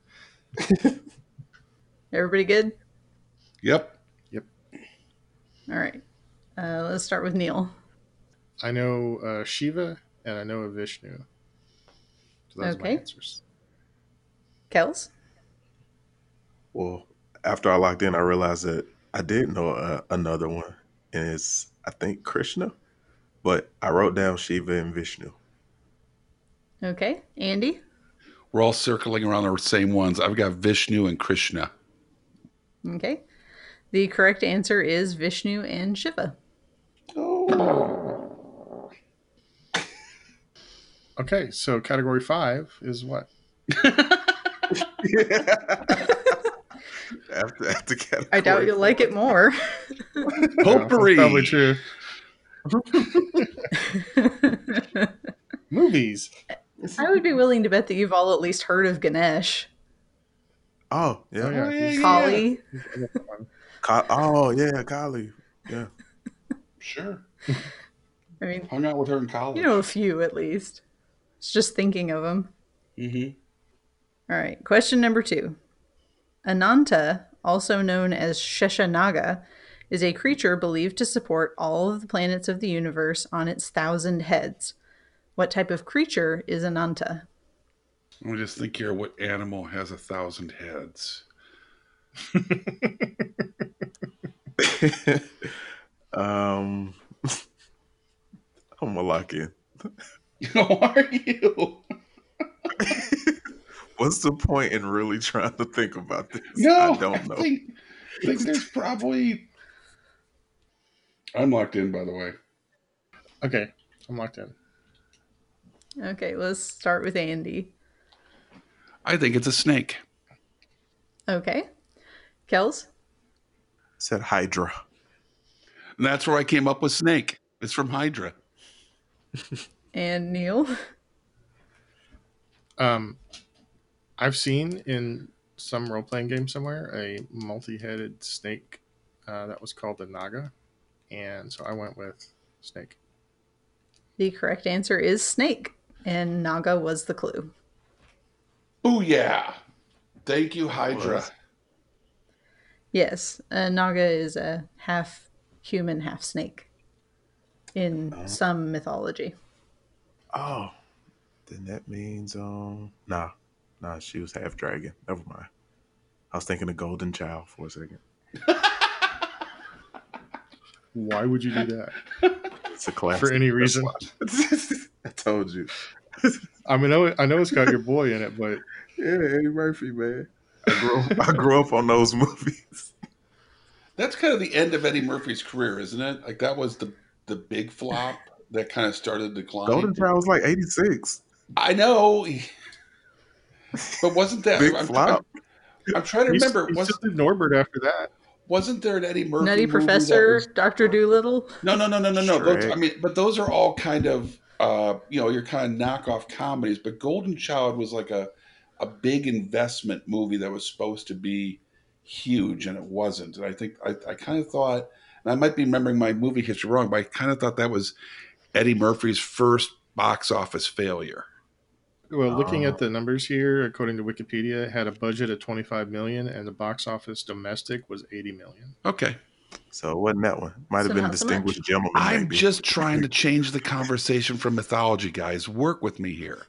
Speaker 4: Everybody good?
Speaker 3: Yep.
Speaker 4: All right. Uh, let's start with Neil.
Speaker 2: I know uh, Shiva and I know of Vishnu. So those are my
Speaker 4: Okay.
Speaker 2: answers.
Speaker 4: Kels?
Speaker 5: Well, after I locked in, I realized that I did know uh, another one, and it's I think Krishna, but I wrote down Shiva and Vishnu.
Speaker 4: Okay. Andy?
Speaker 3: We're all circling around the same ones. I've got Vishnu and Krishna.
Speaker 4: Okay. The correct answer is Vishnu and Shiva.
Speaker 2: Okay, so category five is what?
Speaker 5: after, after category
Speaker 4: I doubt you'll like it more.
Speaker 3: Potpourri.
Speaker 2: Yeah, that's probably true.
Speaker 4: I
Speaker 2: Movies.
Speaker 4: would be willing to bet that you've all at least heard of Ganesh,
Speaker 5: Oh yeah,
Speaker 2: Oh, yeah.
Speaker 3: yeah.
Speaker 4: Kali.
Speaker 5: Ka- oh yeah, Kali. Yeah,
Speaker 3: Sure.
Speaker 4: I mean,
Speaker 3: Hung out with her in college.
Speaker 4: you know a few at least. It's just thinking of them.
Speaker 3: Mhm.
Speaker 4: All right. Question number two. Ananta, also known as Sheshanaga, is a creature believed to support all of the planets of the universe on its thousand heads. What type of creature is Ananta?
Speaker 3: Let me just think here. What animal has a thousand heads?
Speaker 5: um, I'm gonna lock in.
Speaker 3: How are you?
Speaker 5: What's the point in really trying to think about this?
Speaker 3: No,
Speaker 5: I don't know.
Speaker 3: think, I think there's probably. I'm locked in, by the way.
Speaker 2: Okay, I'm locked in.
Speaker 4: Okay, let's start with Andy.
Speaker 3: I think it's a snake.
Speaker 4: Okay. Kels?
Speaker 5: said Hydra.
Speaker 3: And that's where I came up with snake. It's from Hydra.
Speaker 4: And Neil.
Speaker 2: Um, I've seen in some role playing game somewhere a multi headed snake uh, that was called the Naga. And so I went with snake.
Speaker 4: The correct answer is snake, and Naga was the clue.
Speaker 3: Oh yeah. Thank you, Hydra.
Speaker 5: Was.
Speaker 4: Yes, uh, Naga is a half human, half snake in
Speaker 3: Oh.
Speaker 4: some mythology.
Speaker 5: Oh, then that means um, nah, nah, she was half dragon. Never mind. I was thinking of Golden Child for a second.
Speaker 2: Why would you do that?
Speaker 5: It's a classic
Speaker 2: For any
Speaker 5: That's
Speaker 2: reason.
Speaker 5: why. I told you.
Speaker 2: I mean, I know, I know it's got your boy in it, but
Speaker 5: Yeah, Eddie Murphy, man. I grew up, I grew up on those movies.
Speaker 3: That's kind of the end of Eddie Murphy's career, isn't it? Like that was the the big flop that kind of started the decline.
Speaker 5: Golden Child was like eighty six.
Speaker 3: I know. But wasn't that
Speaker 5: Big
Speaker 3: I'm,
Speaker 5: flop.
Speaker 3: I'm, I'm trying to
Speaker 2: he's-
Speaker 3: remember.
Speaker 2: he's
Speaker 3: Wasn't
Speaker 2: still in Norbert after that.
Speaker 3: wasn't there an Eddie Murphy?
Speaker 4: Nutty
Speaker 3: movie that
Speaker 4: Professor,
Speaker 3: was-
Speaker 4: Doctor Doolittle.
Speaker 3: No, no, no, no, no, no. Those,
Speaker 5: Shrek.
Speaker 3: I mean, but those are all kind of uh, you know your kind of knockoff comedies. But Golden Child was like a a big investment movie that was supposed to be huge, and it wasn't. And I think I, I kind of thought, and I might be remembering my movie history wrong, but I kind of thought that was Eddie Murphy's first box office failure.
Speaker 2: Well, looking
Speaker 5: Oh.
Speaker 2: at the numbers here, according to Wikipedia, it had a budget of 25 million and the box office domestic was 80 million.
Speaker 3: Okay,
Speaker 5: So it wasn't that one. Might
Speaker 4: So
Speaker 5: have been
Speaker 4: not so
Speaker 5: distinguished
Speaker 4: much.
Speaker 5: gentleman.
Speaker 3: I'm
Speaker 5: maybe.
Speaker 3: just trying to change the conversation from mythology, guys. Work with me here.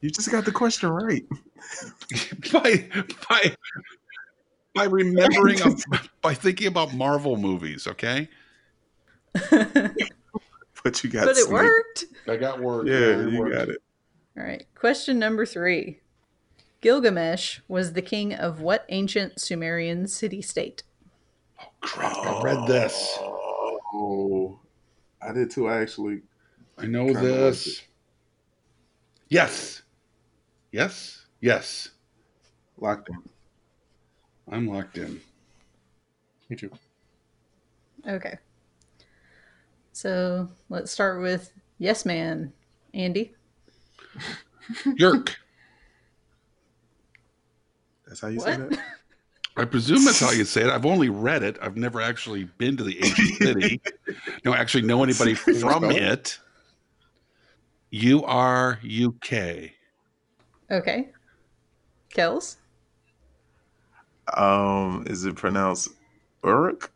Speaker 5: you just got the question right.
Speaker 3: by by by remembering a, by thinking about Marvel movies. Okay,
Speaker 4: but
Speaker 5: But you got
Speaker 4: it
Speaker 5: Snake.
Speaker 4: worked.
Speaker 3: I got word.
Speaker 5: Yeah, you got it.
Speaker 4: All right. Question number three Gilgamesh was the king of what ancient Sumerian city state?
Speaker 3: Crap, I read this.
Speaker 5: Oh, I did too. I actually.
Speaker 3: I know
Speaker 5: Kinda
Speaker 3: this.
Speaker 5: was
Speaker 3: Yes, yes, yes.
Speaker 5: Locked in.
Speaker 3: I'm locked in.
Speaker 2: Me too.
Speaker 4: Okay. So let's start with Yes Man, Andy.
Speaker 3: Yerk.
Speaker 5: That's how you say
Speaker 4: What?
Speaker 5: that.
Speaker 3: I presume that's how you say it. I've only read it. I've never actually been to the ancient city. No, actually, know anybody
Speaker 5: Can you
Speaker 3: from
Speaker 5: spell it?
Speaker 3: it. U R U K.
Speaker 4: Okay. Kels?
Speaker 5: Um, is it pronounced Uruk?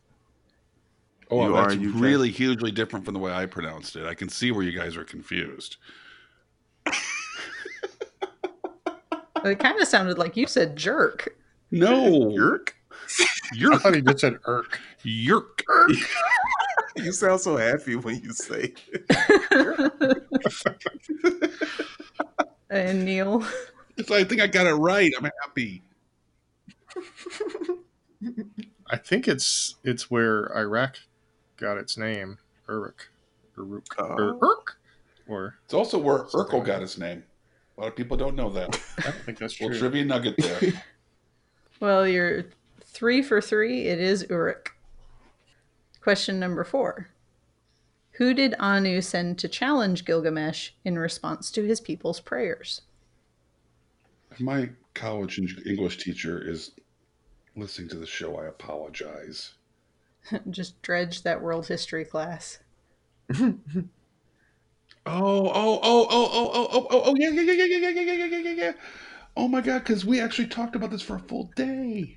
Speaker 3: Oh,
Speaker 5: You
Speaker 3: that's
Speaker 5: are UK.
Speaker 3: really hugely different from the way I pronounced it. I can see where you guys are confused.
Speaker 4: It kind of sounded like you said jerk.
Speaker 3: No,
Speaker 5: Uruk?
Speaker 2: I
Speaker 3: yerk,
Speaker 2: thought he just said irk.
Speaker 3: yerk.
Speaker 5: You sound so happy when you say. it.
Speaker 4: and Neil.
Speaker 3: So I think I got it right. I'm happy.
Speaker 2: I think it's it's where Iraq got its name, Uruk. Uruk.
Speaker 5: Oh.
Speaker 2: Ur- Uruk? or
Speaker 3: It's also where
Speaker 2: Something
Speaker 3: Urkel
Speaker 2: like
Speaker 3: got
Speaker 2: that.
Speaker 3: his name. A lot of people don't know that.
Speaker 2: I don't think that's true.
Speaker 3: Well, trivia nugget there.
Speaker 4: Well, you're three for three. It is Uruk. Question number four Who did Anu send to challenge Gilgamesh in response to his people's prayers?
Speaker 3: My college en- English teacher is listening to the show. I apologize.
Speaker 4: Just dredge that world history class.
Speaker 3: Oh, oh, oh, oh, oh, oh, oh, oh, oh, yeah, yeah, yeah, yeah, yeah, yeah, yeah, yeah, yeah, yeah, yeah. Oh my God, because we actually talked about this for a full day.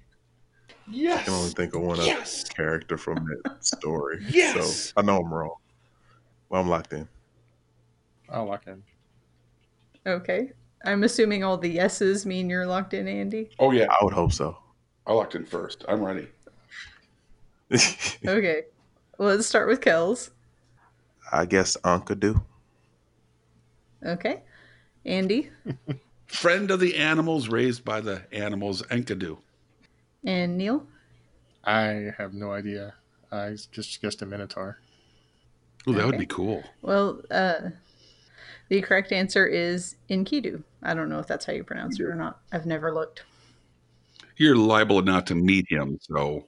Speaker 5: I can only
Speaker 3: Yes.
Speaker 5: think of one other
Speaker 3: Yes.
Speaker 5: character from that story.
Speaker 3: Yes.
Speaker 5: So I know I'm wrong. Well, I'm locked in.
Speaker 2: I'll lock in.
Speaker 4: Okay. I'm assuming all the yeses mean you're locked in, Andy.
Speaker 3: Oh yeah,
Speaker 5: I would hope so.
Speaker 3: I locked in first. I'm ready.
Speaker 4: Okay. Let's start with Kells.
Speaker 5: I guess Anka do.
Speaker 4: Okay. Andy
Speaker 3: Friend of the animals, raised by the animals, Enkidu.
Speaker 4: and Neil.
Speaker 2: I have no idea. I just guessed a Minotaur.
Speaker 3: Oh, that would
Speaker 4: Okay.
Speaker 3: be cool.
Speaker 4: Well, uh, the correct answer is Enkidu. I don't know if that's how you pronounce it or not. I've never looked.
Speaker 3: You're liable not to meet him, so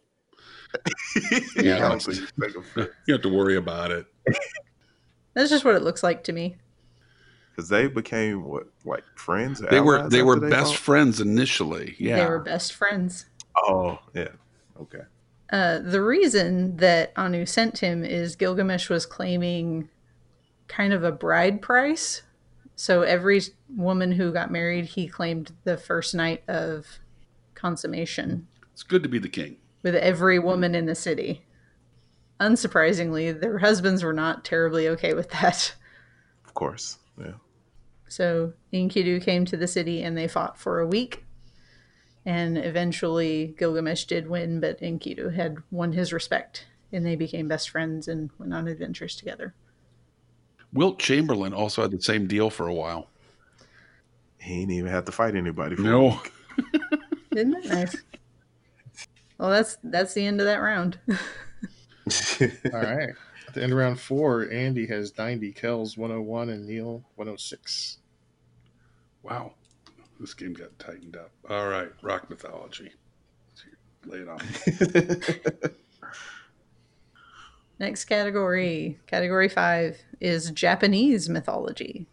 Speaker 3: Yeah.
Speaker 5: I don't think you think of
Speaker 3: you don't have to worry about it.
Speaker 4: That's just what it looks like to me.
Speaker 5: because they became what like friends. or
Speaker 3: They were
Speaker 5: allies
Speaker 3: they were
Speaker 5: after
Speaker 3: best
Speaker 5: fought?
Speaker 3: friends initially. Yeah.
Speaker 4: They were best friends.
Speaker 5: oh yeah, okay.
Speaker 4: Uh, the reason that Anu sent him is Gilgamesh was claiming kind of a bride price. So every woman who got married, he claimed the first night of consummation
Speaker 3: It's good to be the king.
Speaker 4: with every woman in the city. Unsurprisingly, their husbands were not terribly okay with that.
Speaker 5: Of course, yeah.
Speaker 4: So Enkidu came to the city and they fought for a week. And eventually Gilgamesh did win, but Enkidu had won his respect and they became best friends and went on adventures together.
Speaker 3: Wilt Chamberlain also had the same deal for a while.
Speaker 5: He didn't even have to fight anybody. For
Speaker 3: No.
Speaker 4: Isn't that nice? Well, that's that's the end of that round.
Speaker 5: it.
Speaker 2: All right. At the end of round four, Andy has 90, Kells 101, and Neil 106.
Speaker 3: Wow. This game got tightened up. All right. Rock mythology. Lay it on.
Speaker 4: Next category, category five, is Japanese mythology.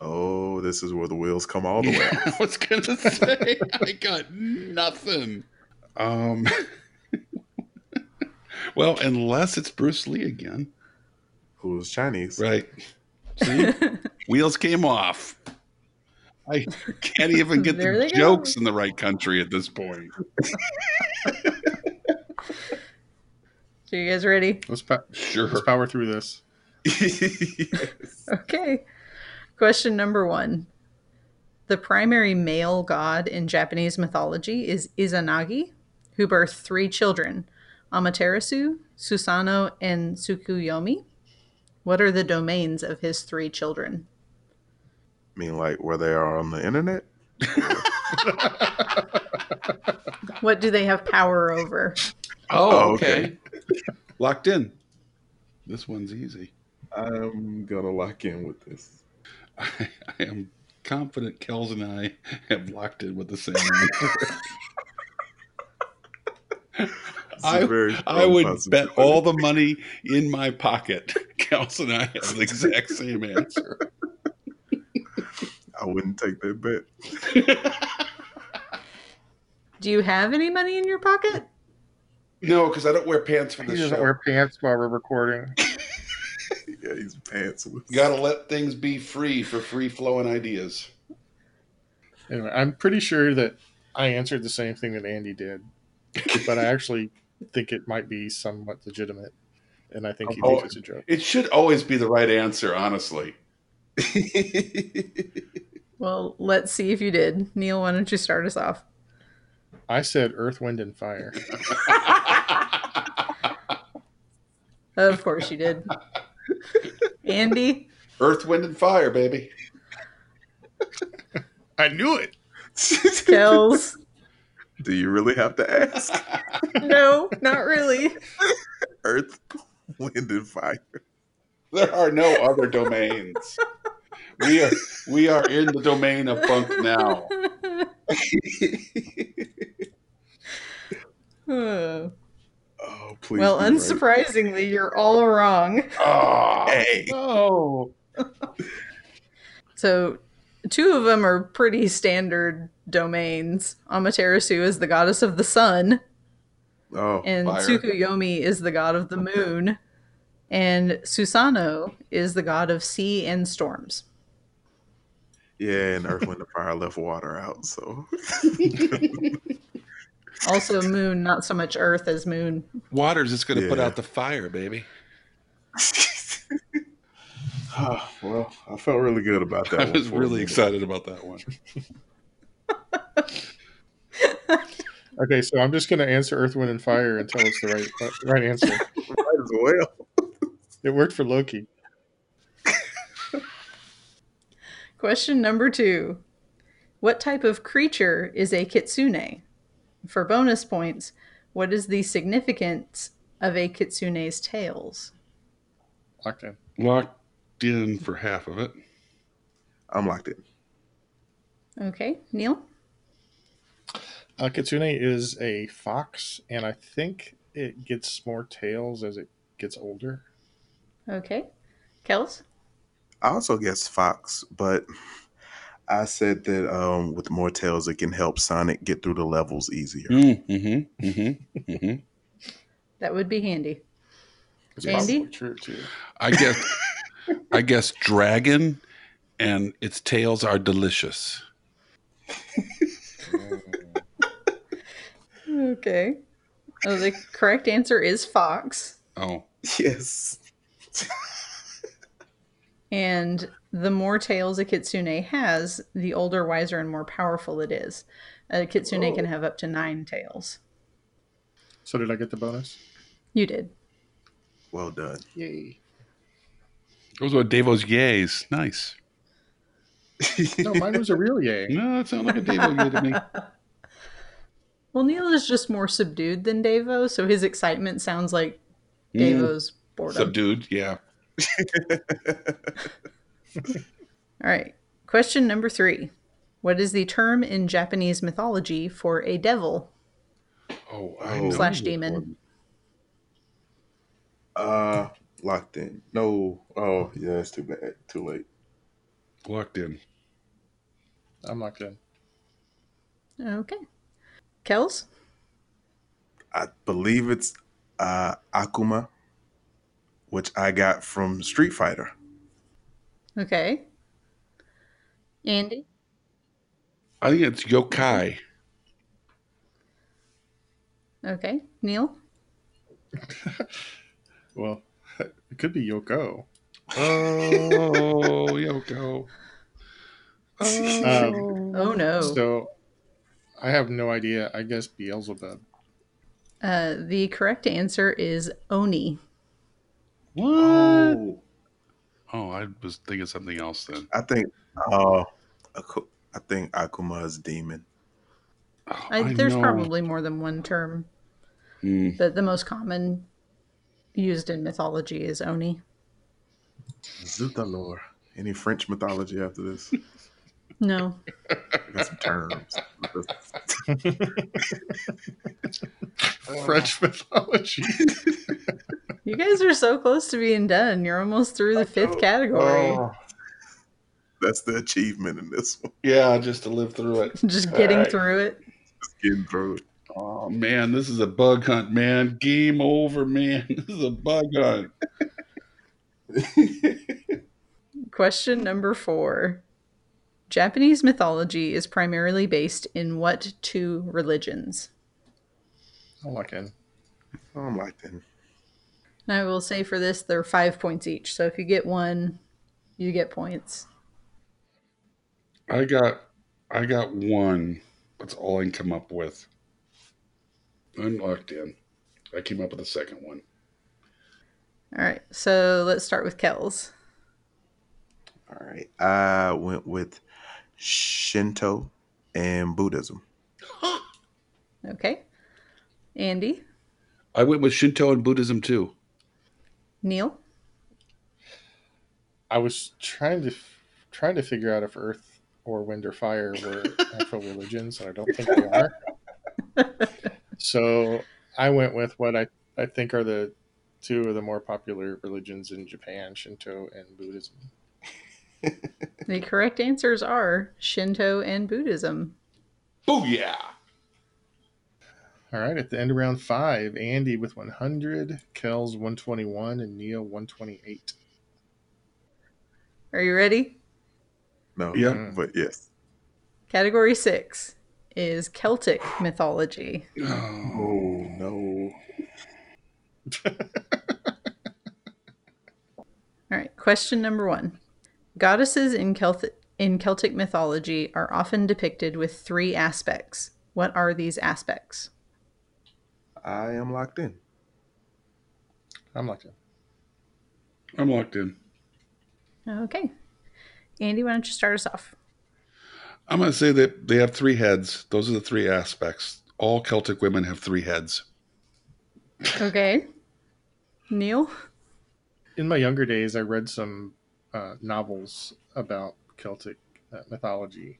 Speaker 5: oh, this is where the wheels come all the way.
Speaker 3: Yeah, I was gonna say I got nothing. Um Well, unless it's Bruce Lee again.
Speaker 5: Who's Chinese?
Speaker 3: Right. See? Wheels came off. I can't even get
Speaker 4: There they
Speaker 3: the
Speaker 4: go.
Speaker 3: jokes in the right country at this point.
Speaker 4: So you guys ready?
Speaker 2: Let's, po-
Speaker 3: Sure.
Speaker 2: let's power through this.
Speaker 4: Okay. Question number one. The primary male god in Japanese mythology is Izanagi, who birthed three children Amaterasu, Susano, and Tsukuyomi. What are the domains of his three children?
Speaker 5: I mean, like where they are on the internet.
Speaker 4: What do they have power over?
Speaker 5: Oh, okay.
Speaker 3: Locked in. This one's easy.
Speaker 5: I'm gonna lock in with this.
Speaker 3: I, I am confident Kells and I have locked in with the same answer.
Speaker 5: This is
Speaker 3: I-
Speaker 5: very
Speaker 3: I would
Speaker 5: strong
Speaker 3: bet all the money in my pocket. Kels and I have the exact same answer.
Speaker 5: possibility. I wouldn't take that bet.
Speaker 4: Do you have any money in your pocket?
Speaker 3: No, because I don't wear pants for
Speaker 2: He doesn't wear pants while we're recording.
Speaker 5: Yeah, he's pants with.
Speaker 3: Gotta let things be free for free flowing ideas.
Speaker 2: Anyway, I'm pretty sure that I answered the same thing that Andy did, but I actually think it might be somewhat legitimate. And I think he
Speaker 3: Oh,
Speaker 2: thinks it's a joke.
Speaker 3: It should always be the right answer, honestly.
Speaker 4: Well, let's see if you did. Neil, why don't you start us off?
Speaker 2: I said Earth, Wind, and Fire.
Speaker 4: Of course you did. Andy?
Speaker 3: Earth, wind, and fire, baby.
Speaker 2: I knew it.
Speaker 4: Kells?
Speaker 5: Do you really have to ask?
Speaker 4: No, not really.
Speaker 5: Earth, wind, and fire.
Speaker 3: There are no other domains. We are we are in the domain of bunk now.
Speaker 4: oh.
Speaker 5: Oh, please.
Speaker 4: Well,
Speaker 5: be right.
Speaker 4: unsurprisingly, you're all wrong.
Speaker 3: Oh,
Speaker 5: Hey.
Speaker 2: Oh.
Speaker 3: no.
Speaker 4: So, two of them are pretty standard domains. Amaterasu is the goddess of the sun,
Speaker 5: Oh,
Speaker 4: and
Speaker 3: Fire.
Speaker 4: Tsukuyomi is the god of the moon, and Susano is the god of sea and storms.
Speaker 5: yeah. And Earth, Wind, and Fire left water out. So,
Speaker 4: Also, moon, not so much earth as moon.
Speaker 3: Water's just going to put
Speaker 5: Yeah.
Speaker 3: out the fire, baby.
Speaker 5: Ah, well, I felt really good about that.
Speaker 3: I
Speaker 5: one
Speaker 3: was
Speaker 5: for a
Speaker 3: really
Speaker 5: minute.
Speaker 3: excited about that one.
Speaker 2: Okay, so I'm just going to answer Earth, Wind, and Fire until it's the right uh, right answer.
Speaker 5: Might as well.
Speaker 2: It worked for Loki.
Speaker 4: Question number two What type of creature is a kitsune? For bonus points, what is the significance of a kitsune's tails?
Speaker 2: Locked in.
Speaker 3: Locked in for half of it.
Speaker 5: I'm locked in.
Speaker 4: Okay, Neil?
Speaker 2: Uh, Kitsune is a fox, and I think it gets more tails as it gets older.
Speaker 4: Okay. Kels?
Speaker 5: I also guess Fox, but I said that um, with more tails, it can help Sonic get through the levels easier.
Speaker 3: Mm-hmm. Mm-hmm. Mm-hmm.
Speaker 4: That would be handy.
Speaker 2: It's
Speaker 4: Andy?
Speaker 2: probably true too.
Speaker 3: I guess I guess dragon and its tails are delicious.
Speaker 4: Okay. Oh, the correct answer is fox.
Speaker 3: Oh,
Speaker 5: Yes.
Speaker 4: And the more tails a kitsune has, the older, wiser, and more powerful it is. A kitsune can have up to nine tails.
Speaker 2: So did I get the bonus?
Speaker 4: You did.
Speaker 5: Well done.
Speaker 2: Yay!
Speaker 3: those were Devo's yays. Nice.
Speaker 2: No, mine was a real yay.
Speaker 3: No, that sounded like a Devo yay to me.
Speaker 4: Well, Neil is just more subdued than Davo, so his excitement sounds like
Speaker 3: Mm.
Speaker 4: Davo's boredom.
Speaker 3: Subdued, yeah.
Speaker 4: All right. Question number three What is the term in Japanese mythology for a devil?
Speaker 3: Oh, I
Speaker 5: Oh.
Speaker 3: know
Speaker 4: Slash
Speaker 3: this
Speaker 4: demon.
Speaker 3: one.
Speaker 5: Uh, locked in. No. Oh, yeah. That's too bad. Too late.
Speaker 3: Locked in.
Speaker 2: I'm locked in.
Speaker 4: Okay. Kels?
Speaker 5: I believe it's uh, Akuma, which I got from Street Fighter.
Speaker 4: Okay. Andy?
Speaker 3: I think it's yokai.
Speaker 4: Okay. Neil?
Speaker 2: Well, it could be Yoko.
Speaker 3: Oh, Yoko. Uh, Oh.
Speaker 4: Oh, no.
Speaker 2: Um, So I have no idea. I guess Beelzebub.
Speaker 4: Uh, the correct answer is Oni.
Speaker 3: what?
Speaker 5: Oh,
Speaker 3: Oh, I was thinking something else then.
Speaker 5: I think. Uh, Aku- I think Akuma is demon.
Speaker 3: Oh,
Speaker 4: I, there's
Speaker 3: know.
Speaker 4: probably more than one term,
Speaker 3: Hmm.
Speaker 4: but the most common used in mythology is Oni.
Speaker 5: Zut alors. Any French mythology after this?
Speaker 4: No.
Speaker 5: I got some terms.
Speaker 2: French mythology.
Speaker 4: You guys are so close to being done. You're almost through the fifth category.
Speaker 5: That's the achievement in this one.
Speaker 3: Yeah, just to live through it.
Speaker 4: Just getting
Speaker 3: Alright.
Speaker 4: through it.
Speaker 5: Just getting through it.
Speaker 3: Oh man, this is a bug hunt, man. Game over, man. This is a bug hunt.
Speaker 4: Question number four Japanese mythology is primarily based in what two religions?
Speaker 2: I'm locked in.
Speaker 5: Oh, I'm locked in.
Speaker 4: And I will say for this, they're five points each. So if you get one, you get points.
Speaker 3: I got I got one. That's all I can come up with. I'm locked in. I came up with a second one.
Speaker 4: All right. So let's start with Kells.
Speaker 5: All right. I went with Shinto and Buddhism.
Speaker 4: Okay. Andy,
Speaker 3: I went with Shinto and Buddhism too.
Speaker 4: Neil,
Speaker 2: I was trying to f- trying to figure out if Earth or Wind or Fire were natural religions, and I don't think they are. So I went with what I, I think are the two of the more popular religions in Japan, Shinto and Buddhism.
Speaker 4: The correct answers are Shinto and Buddhism.
Speaker 3: Booyah!
Speaker 2: All right, at the end of round five, Andy with 100, Kells 121, and Neo 128.
Speaker 4: Are you ready?
Speaker 5: No.
Speaker 3: Yeah.
Speaker 5: But yes.
Speaker 4: Category six is Celtic mythology.
Speaker 3: Oh,
Speaker 5: Oh no.
Speaker 4: All right, question number one. Goddesses in, Celt- in Celtic mythology are often depicted with three aspects. What are these aspects?
Speaker 5: I am locked in.
Speaker 2: I'm like,
Speaker 3: I'm locked in.
Speaker 4: Okay. Andy, why don't you start us off?
Speaker 3: I'm going to say that they have three heads. Those are the three aspects. All Celtic women have three heads.
Speaker 4: Okay. Neil?
Speaker 2: in my younger days, I read some uh, novels about Celtic uh, mythology,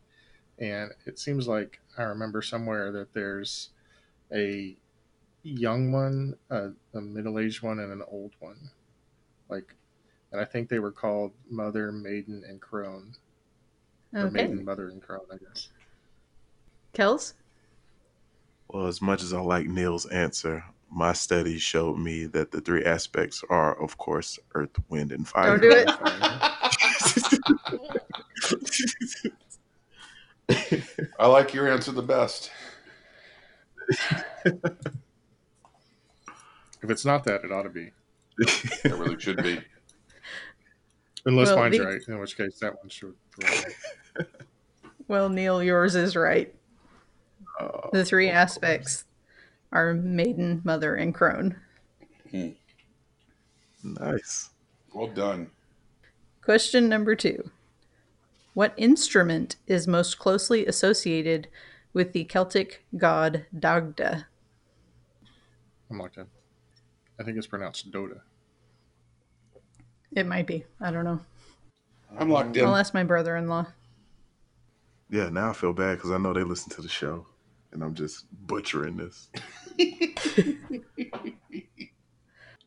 Speaker 2: and it seems like I remember somewhere that there's a young one, a, a middle-aged one, and an old one. Like, and I think they were called Mother, Maiden, and Crone, or
Speaker 4: Okay.
Speaker 2: Maiden, Mother, and Crone, I guess.
Speaker 4: Kels?
Speaker 5: Well, as much as I like Neil's answer, my studies showed me that the three aspects are, of course, earth, wind, and fire.
Speaker 4: Don't do it.
Speaker 3: I like your answer the best.
Speaker 2: If it's not that, it ought to be.
Speaker 3: It really should be.
Speaker 2: Unless
Speaker 4: Well,
Speaker 2: mine's
Speaker 4: the-
Speaker 2: right, in which case that one should.
Speaker 4: Well, Neil, yours is right.
Speaker 5: Uh,
Speaker 4: The three
Speaker 5: of
Speaker 4: aspects are maiden, mother, and crone.
Speaker 5: Nice.
Speaker 3: Well done.
Speaker 4: Question number two What instrument is most closely associated with the Celtic god Dagda?
Speaker 2: I'm like, a, I think it's pronounced Dota.
Speaker 4: It might be. I don't know.
Speaker 3: I'm locked
Speaker 4: I'll
Speaker 3: in.
Speaker 4: ask my brother in law.
Speaker 5: Yeah, now I feel bad because I know they listen to the show, and I'm just butchering this.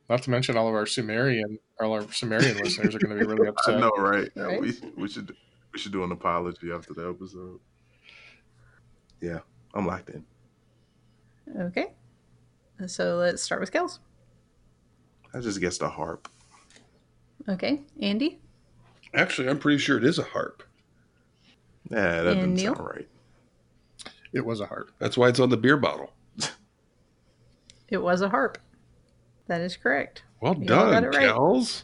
Speaker 2: Not to mention all of our Sumerian, all our Sumerian listeners are going to be really upset.
Speaker 5: I know, right? Yeah,
Speaker 4: Right?
Speaker 5: We we should we should do an apology after the episode. Yeah, I'm locked in.
Speaker 4: Okay. So let's start with Kels.
Speaker 5: I just guessed a harp.
Speaker 4: Okay. Andy?
Speaker 3: Actually, I'm pretty sure it is a harp.
Speaker 5: Yeah, that
Speaker 4: And
Speaker 5: doesn't
Speaker 4: Neil?
Speaker 5: sound right.
Speaker 2: It was a harp.
Speaker 3: That's why it's on the beer bottle.
Speaker 4: It was a harp. That is correct.
Speaker 3: Well
Speaker 4: You all got
Speaker 3: done,
Speaker 4: it right.
Speaker 3: Kells.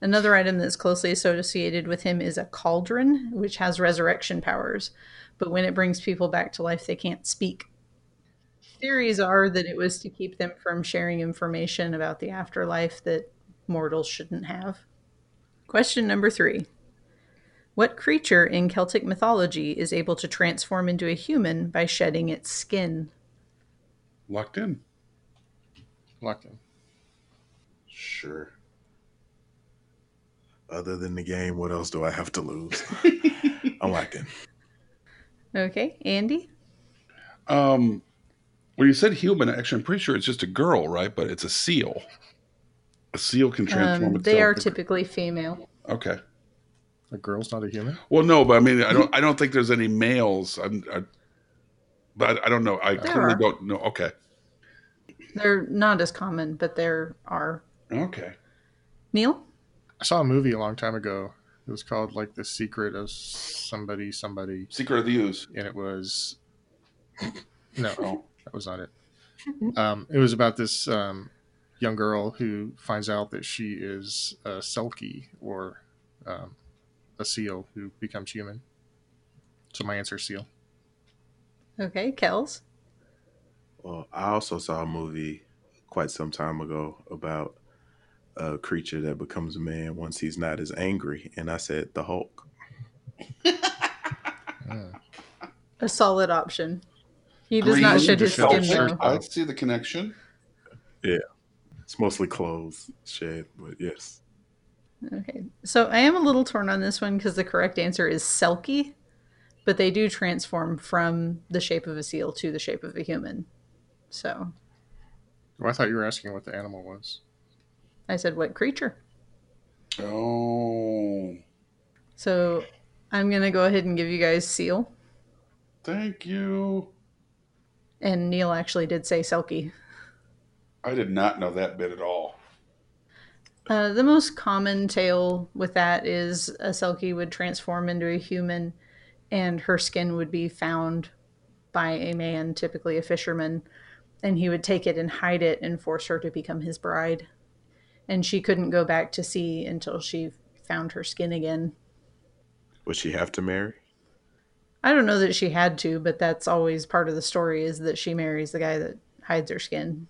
Speaker 4: Another item that's closely associated with him is a cauldron, which has resurrection powers. But when it brings people back to life, they can't speak. Theories are that it was to keep them from sharing information about the afterlife that mortals shouldn't have. Question number three What creature in Celtic mythology is able to transform into a human by shedding its skin?
Speaker 3: Locked in.
Speaker 2: Locked in.
Speaker 5: Sure. Other than the game, what else do I have to lose? I'm locked in.
Speaker 4: Okay, Andy?
Speaker 3: Um, when you said human, actually, I'm pretty sure it's just a girl, right? But it's a seal. A seal can transform
Speaker 4: Um,
Speaker 3: itself.
Speaker 4: they are typically female.
Speaker 3: okay.
Speaker 2: A girl's not a human.
Speaker 3: Well, no, but I mean, I don't. I don't think there's any males. I'm, I, but I don't know. I clearly
Speaker 4: are.
Speaker 3: don't know. Okay.
Speaker 4: They're not as common, but there are.
Speaker 3: Okay.
Speaker 4: Neil?
Speaker 2: I saw a movie a long time ago. It was called like The Secret of Somebody Somebody,
Speaker 3: Secret of the Ooze.
Speaker 2: and it was no,
Speaker 3: Oh.
Speaker 2: that was not it. Um, it was about this um, young girl who finds out that she is a selkie or um, a seal who becomes human. So my answer is seal.
Speaker 4: Okay, Kels.
Speaker 5: Well, I also saw a movie quite some time ago about a creature that becomes a man once he's not as angry, and I said the Hulk.
Speaker 2: Mm.
Speaker 4: A solid option. He does not
Speaker 3: Green,
Speaker 4: shed his
Speaker 2: just
Speaker 4: skin
Speaker 2: shelter.
Speaker 4: though.
Speaker 3: I see the connection.
Speaker 5: It's mostly clothes shed, but yes.
Speaker 4: Okay. So I am a little torn on this one because the correct answer is Selkie, but they do transform from the shape of a seal to the shape of a human. So
Speaker 2: Oh, I thought you were asking what the animal was.
Speaker 4: I said, what creature?
Speaker 3: Oh,
Speaker 4: So I'm going to go ahead and give you guys seal.
Speaker 3: thank you.
Speaker 4: And Neil actually did say Selkie.
Speaker 3: I did not know that bit at all.
Speaker 4: Uh, the most common tale with that is a Selkie would transform into a human, and her skin would be found by a man, typically a fisherman, and he would take it and hide it and force her to become his bride. And she couldn't go back to sea until she found her skin again.
Speaker 5: Would she have to marry?
Speaker 4: I don't know that she had to, but that's always part of the story is that she marries the guy that hides her skin.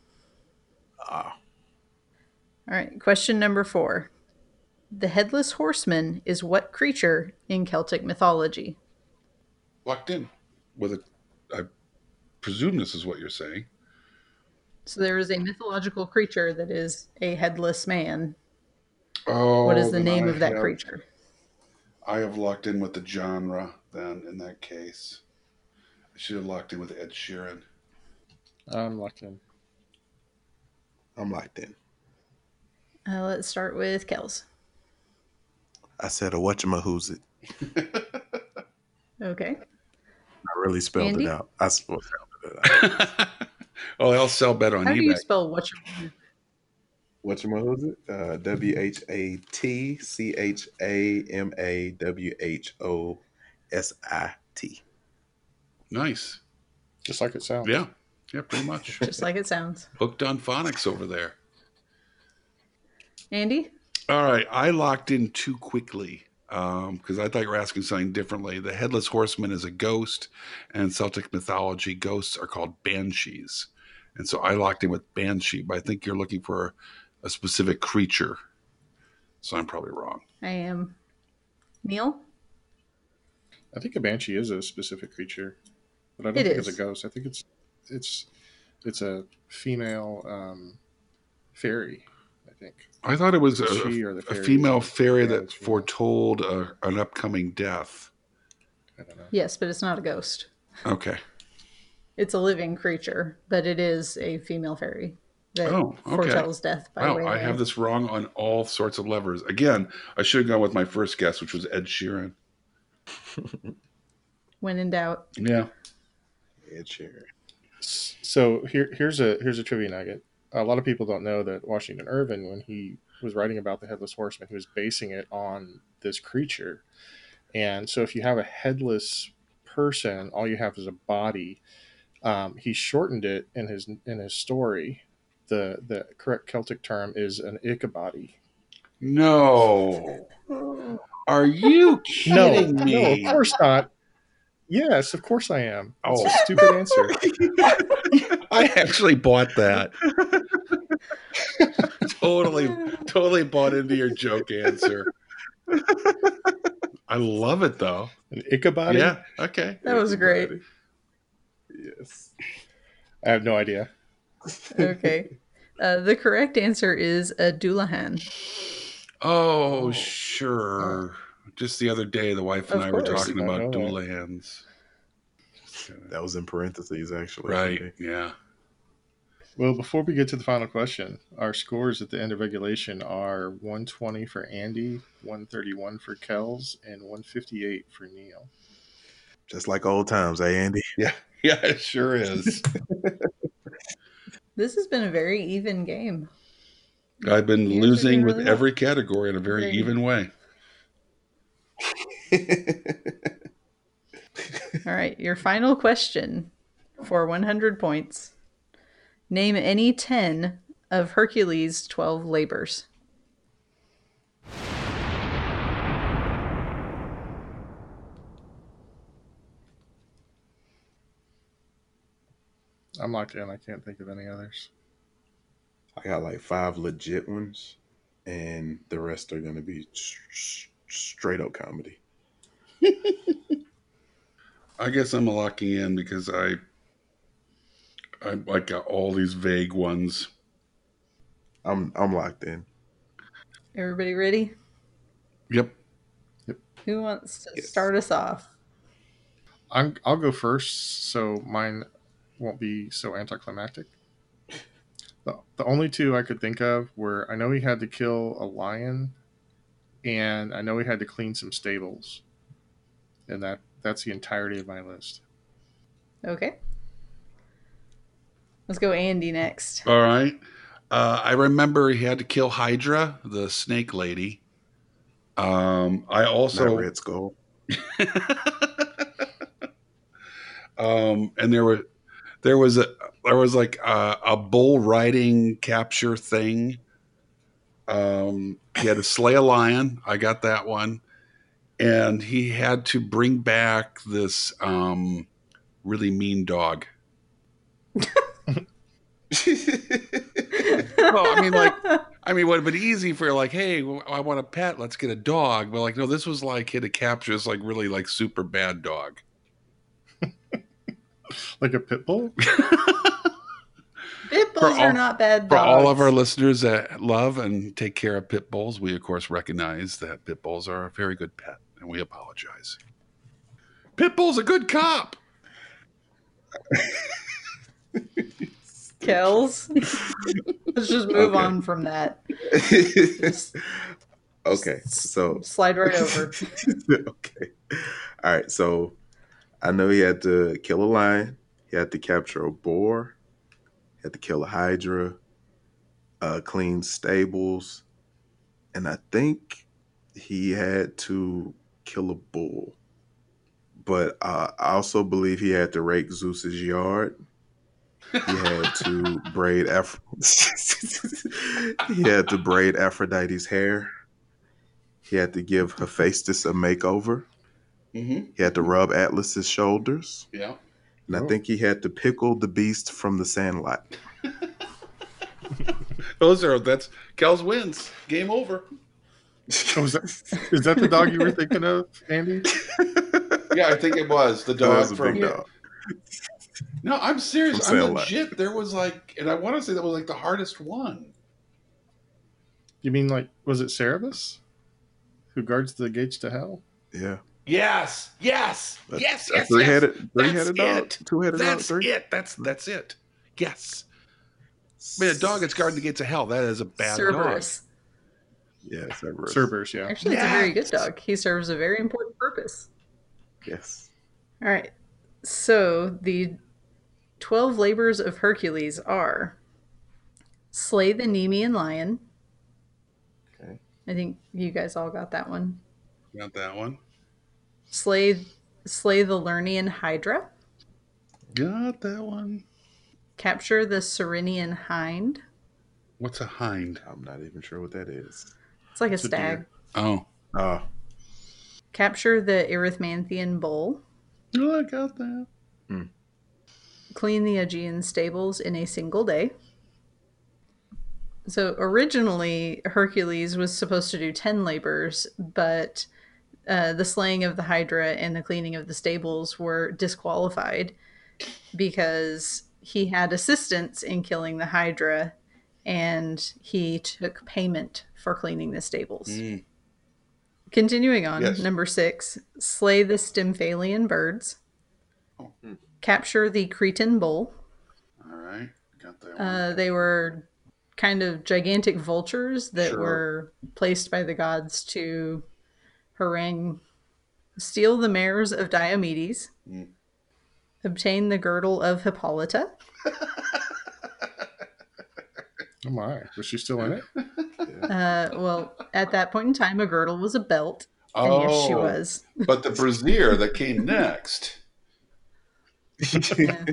Speaker 5: Ah,
Speaker 4: All right, question number four. The headless horseman is what creature in Celtic mythology?
Speaker 3: Locked in with a. I presume this is what you're saying.
Speaker 4: So there is a mythological creature that is a headless man.
Speaker 3: Oh,
Speaker 4: What is the
Speaker 3: then
Speaker 4: name
Speaker 3: I
Speaker 4: of that
Speaker 3: have-
Speaker 4: creature?
Speaker 3: I have locked in with the genre. Then in that case, I should have locked in with Ed Sheeran.
Speaker 2: I'm locked in.
Speaker 5: I'm locked in.
Speaker 4: Uh, let's start with Kels.
Speaker 5: I said a whatchamahoo's it.
Speaker 4: Okay.
Speaker 5: I really spelled
Speaker 4: Andy?
Speaker 5: it out. I spelled it out.
Speaker 3: oh, I'll sell bet on
Speaker 4: How do
Speaker 3: eBay.
Speaker 4: you spell what? you-
Speaker 5: Whatchamahoo's it? Uh, w H A T C H A M A W H O S I T.
Speaker 3: nice.
Speaker 2: Just like it sounds.
Speaker 3: Yeah. Yeah, pretty much.
Speaker 4: Just like it sounds.
Speaker 3: Hooked on phonics over there.
Speaker 4: Andy?
Speaker 3: All right, I locked in too quickly because I thought you were asking something differently. The headless horseman is a ghost, and in Celtic mythology, ghosts are called banshees, and so I locked in with banshee. But I think you're looking for a specific creature, so I'm probably wrong.
Speaker 4: I am. Neil?
Speaker 2: I think a banshee is a specific creature, but I don't
Speaker 4: It
Speaker 2: think it's
Speaker 4: is.
Speaker 2: a ghost. I think it's it's it's a female um, fairy. I think.
Speaker 3: I thought it was a,
Speaker 2: She or the
Speaker 3: a
Speaker 2: fairy.
Speaker 3: female fairy
Speaker 2: Yeah,
Speaker 3: that
Speaker 2: it's female.
Speaker 3: foretold a, an upcoming death.
Speaker 2: I don't know.
Speaker 4: Yes, but it's not a ghost.
Speaker 3: Okay.
Speaker 4: It's a living creature, but it is a female fairy that
Speaker 3: Oh, okay.
Speaker 4: foretells death by
Speaker 3: Wow,
Speaker 4: way
Speaker 3: I have
Speaker 4: of-
Speaker 3: this wrong on all sorts of levers. Again, I should have gone with my first guess, which was Ed Sheeran.
Speaker 4: when in doubt.
Speaker 3: Yeah.
Speaker 5: Yeah, sure.
Speaker 2: So here, here's a here's a trivia nugget. A lot of people don't know that Washington Irving, when he was writing about the headless horseman, he was basing it on this creature. And so, if you have a headless person, all you have is a body. Um, he shortened it in his in his story. The the correct Celtic term is an Ichabody.
Speaker 3: No. Are you
Speaker 2: No,
Speaker 3: kidding
Speaker 2: no,
Speaker 3: me?
Speaker 2: of course not. Yes, of course I am. That's
Speaker 3: Oh.
Speaker 2: a stupid answer.
Speaker 3: I actually bought that. totally, totally bought into your joke answer. I love it though.
Speaker 2: An Ichabody.
Speaker 3: Yeah. Okay.
Speaker 4: That was great.
Speaker 5: Yes.
Speaker 2: I have no idea.
Speaker 4: Okay. Uh, the correct answer is a Doulahan.
Speaker 3: Oh, sure. Just the other day, the wife and
Speaker 4: Of
Speaker 3: I were
Speaker 4: course.
Speaker 3: talking
Speaker 2: I
Speaker 3: about
Speaker 2: know that.
Speaker 3: Doolans.
Speaker 5: That was in parentheses, actually.
Speaker 3: Right. Yeah.
Speaker 2: Well, before we get to the final question, our scores at the end of regulation are 120 for Andy, 131 for Kells, and 158 for Neil.
Speaker 5: Just like old times, eh, Andy?
Speaker 3: Yeah, it sure is.
Speaker 4: This has been a very even game.
Speaker 3: I've been
Speaker 4: Yours are
Speaker 3: losing
Speaker 4: doing
Speaker 3: with
Speaker 4: really well.
Speaker 3: every category in a very
Speaker 4: Great.
Speaker 3: even way.
Speaker 4: All right, your final question for 100 points. Name any 10 of Hercules' 12 labors.
Speaker 2: I'm locked in. I can't think of any others.
Speaker 5: I got like five legit ones, and the rest are going to be s- s- straight up comedy.
Speaker 3: I guess I'm locking in because I, I I got all these vague ones.
Speaker 5: I'm I'm locked in.
Speaker 4: Everybody ready?
Speaker 3: Yep.
Speaker 4: Who wants to
Speaker 5: Yes.
Speaker 4: start us off?
Speaker 2: I'm, I'll go first, so mine won't be so anticlimactic. The, the only two I could think of were I know he had to kill a lion, and I know he had to clean some stables, and that that's the entirety of my list.
Speaker 4: Okay. Let's go Andy next.
Speaker 3: All right. Uh, I remember he had to kill Hydra, the snake lady. Um, I
Speaker 5: So
Speaker 3: also
Speaker 5: Red Skull.
Speaker 3: um, and there were there was a there was like a, a bull riding capture thing. Um, he had to slay a lion. I got that one, and he had to bring back this um, really mean dog. Well, I mean, like, I mean, it would have been easy for like, hey, well, I want a pet. Let's get a dog. But like, no, this was like hit a capture. It's like really like super bad dog.
Speaker 2: Like a pit bull?
Speaker 4: pit bulls
Speaker 3: all-
Speaker 4: are not bad
Speaker 3: For
Speaker 4: dogs.
Speaker 3: all of our listeners that love and take care of pit bulls, we of course recognize that pit bulls are a very good pet, and we apologize. Pit bull's a good cop.
Speaker 4: kills. Let's just move
Speaker 5: Okay.
Speaker 4: on from that. Just
Speaker 5: okay, so
Speaker 4: slide right over.
Speaker 5: okay. All right. So I know he had to kill a lion. He had to capture a boar. He had to kill a hydra. Uh, clean stables, and I think he had to kill a bull. But uh, I also believe he had to rake Zeus's yard. He had to braid Aph- he had to braid Aphrodite's hair. He had to give Hephaestus a makeover.
Speaker 3: Mm-hmm.
Speaker 5: He had to rub Atlas's shoulders,
Speaker 3: Yeah.
Speaker 5: and
Speaker 2: Oh.
Speaker 5: I think he had to pickle the beast from the Sandlot.
Speaker 3: Those are that's Kells wins. Game over.
Speaker 2: Oh, is, that, is that the dog you were thinking of, Andy?
Speaker 3: Yeah, I think it was the
Speaker 5: That
Speaker 3: dog
Speaker 5: was a
Speaker 3: from
Speaker 5: big dog.
Speaker 3: No, I'm serious.
Speaker 5: From
Speaker 3: I'm
Speaker 5: Sandlot.
Speaker 3: legit. There was like, and I want to say that was like the hardest one.
Speaker 2: You mean like was it Cerebus, who guards the gates to hell?
Speaker 5: Yeah,
Speaker 3: Yes, yes,
Speaker 5: A-
Speaker 3: yes,
Speaker 5: a
Speaker 3: yes, yes.
Speaker 5: three-headed, three-headed dog,
Speaker 3: it.
Speaker 5: two-headed dog,
Speaker 3: That's
Speaker 5: three.
Speaker 3: it. That's that's it. Yes. I mean, a dog that's guarding the gates of hell. That is a bad
Speaker 4: Cerberus.
Speaker 5: Yeah, Cerberus.
Speaker 2: Cerberus, yeah.
Speaker 4: Actually, it's a very good
Speaker 3: Yes.
Speaker 4: dog. He serves a very important purpose.
Speaker 5: Yes.
Speaker 4: All right. So the 12 labors of Hercules are slay the Nemean lion.
Speaker 5: Okay.
Speaker 4: I think you guys all got that one.
Speaker 3: dog. Not that one.
Speaker 4: Slay slay the Lernean hydra,
Speaker 3: Got that one.
Speaker 4: capture the Serenian hind.
Speaker 3: What's a hind?
Speaker 5: I'm not even sure what that is.
Speaker 4: It's like a
Speaker 2: It's a
Speaker 4: stag.
Speaker 2: deer.
Speaker 3: Oh.
Speaker 5: Uh,
Speaker 4: Capture the Erythmanthian bull.
Speaker 3: Oh, I got that.
Speaker 4: Clean the Aegean stables in a single day. So originally, Hercules was supposed to do 10 labors, but uh, the slaying of the Hydra and the cleaning of the stables were disqualified because he had assistance in killing the Hydra and he took payment for cleaning the stables.
Speaker 3: Mm.
Speaker 4: Continuing on,
Speaker 3: Yes.
Speaker 4: number six, slay the Stymphalian birds,
Speaker 3: Oh.
Speaker 4: capture the Cretan bull.
Speaker 3: All right. Got that one.
Speaker 4: Uh, they were kind of gigantic vultures that
Speaker 3: Sure.
Speaker 4: were placed by the gods to harangue, steal the mares of Diomedes,
Speaker 3: Mm.
Speaker 4: obtain the girdle of Hippolyta.
Speaker 2: Oh my, was she still in it?
Speaker 5: yeah.
Speaker 4: Uh, well, at that point in time, a girdle was a belt, and
Speaker 3: oh,
Speaker 4: yes, she was.
Speaker 3: but the brazier that came next.
Speaker 4: Yeah.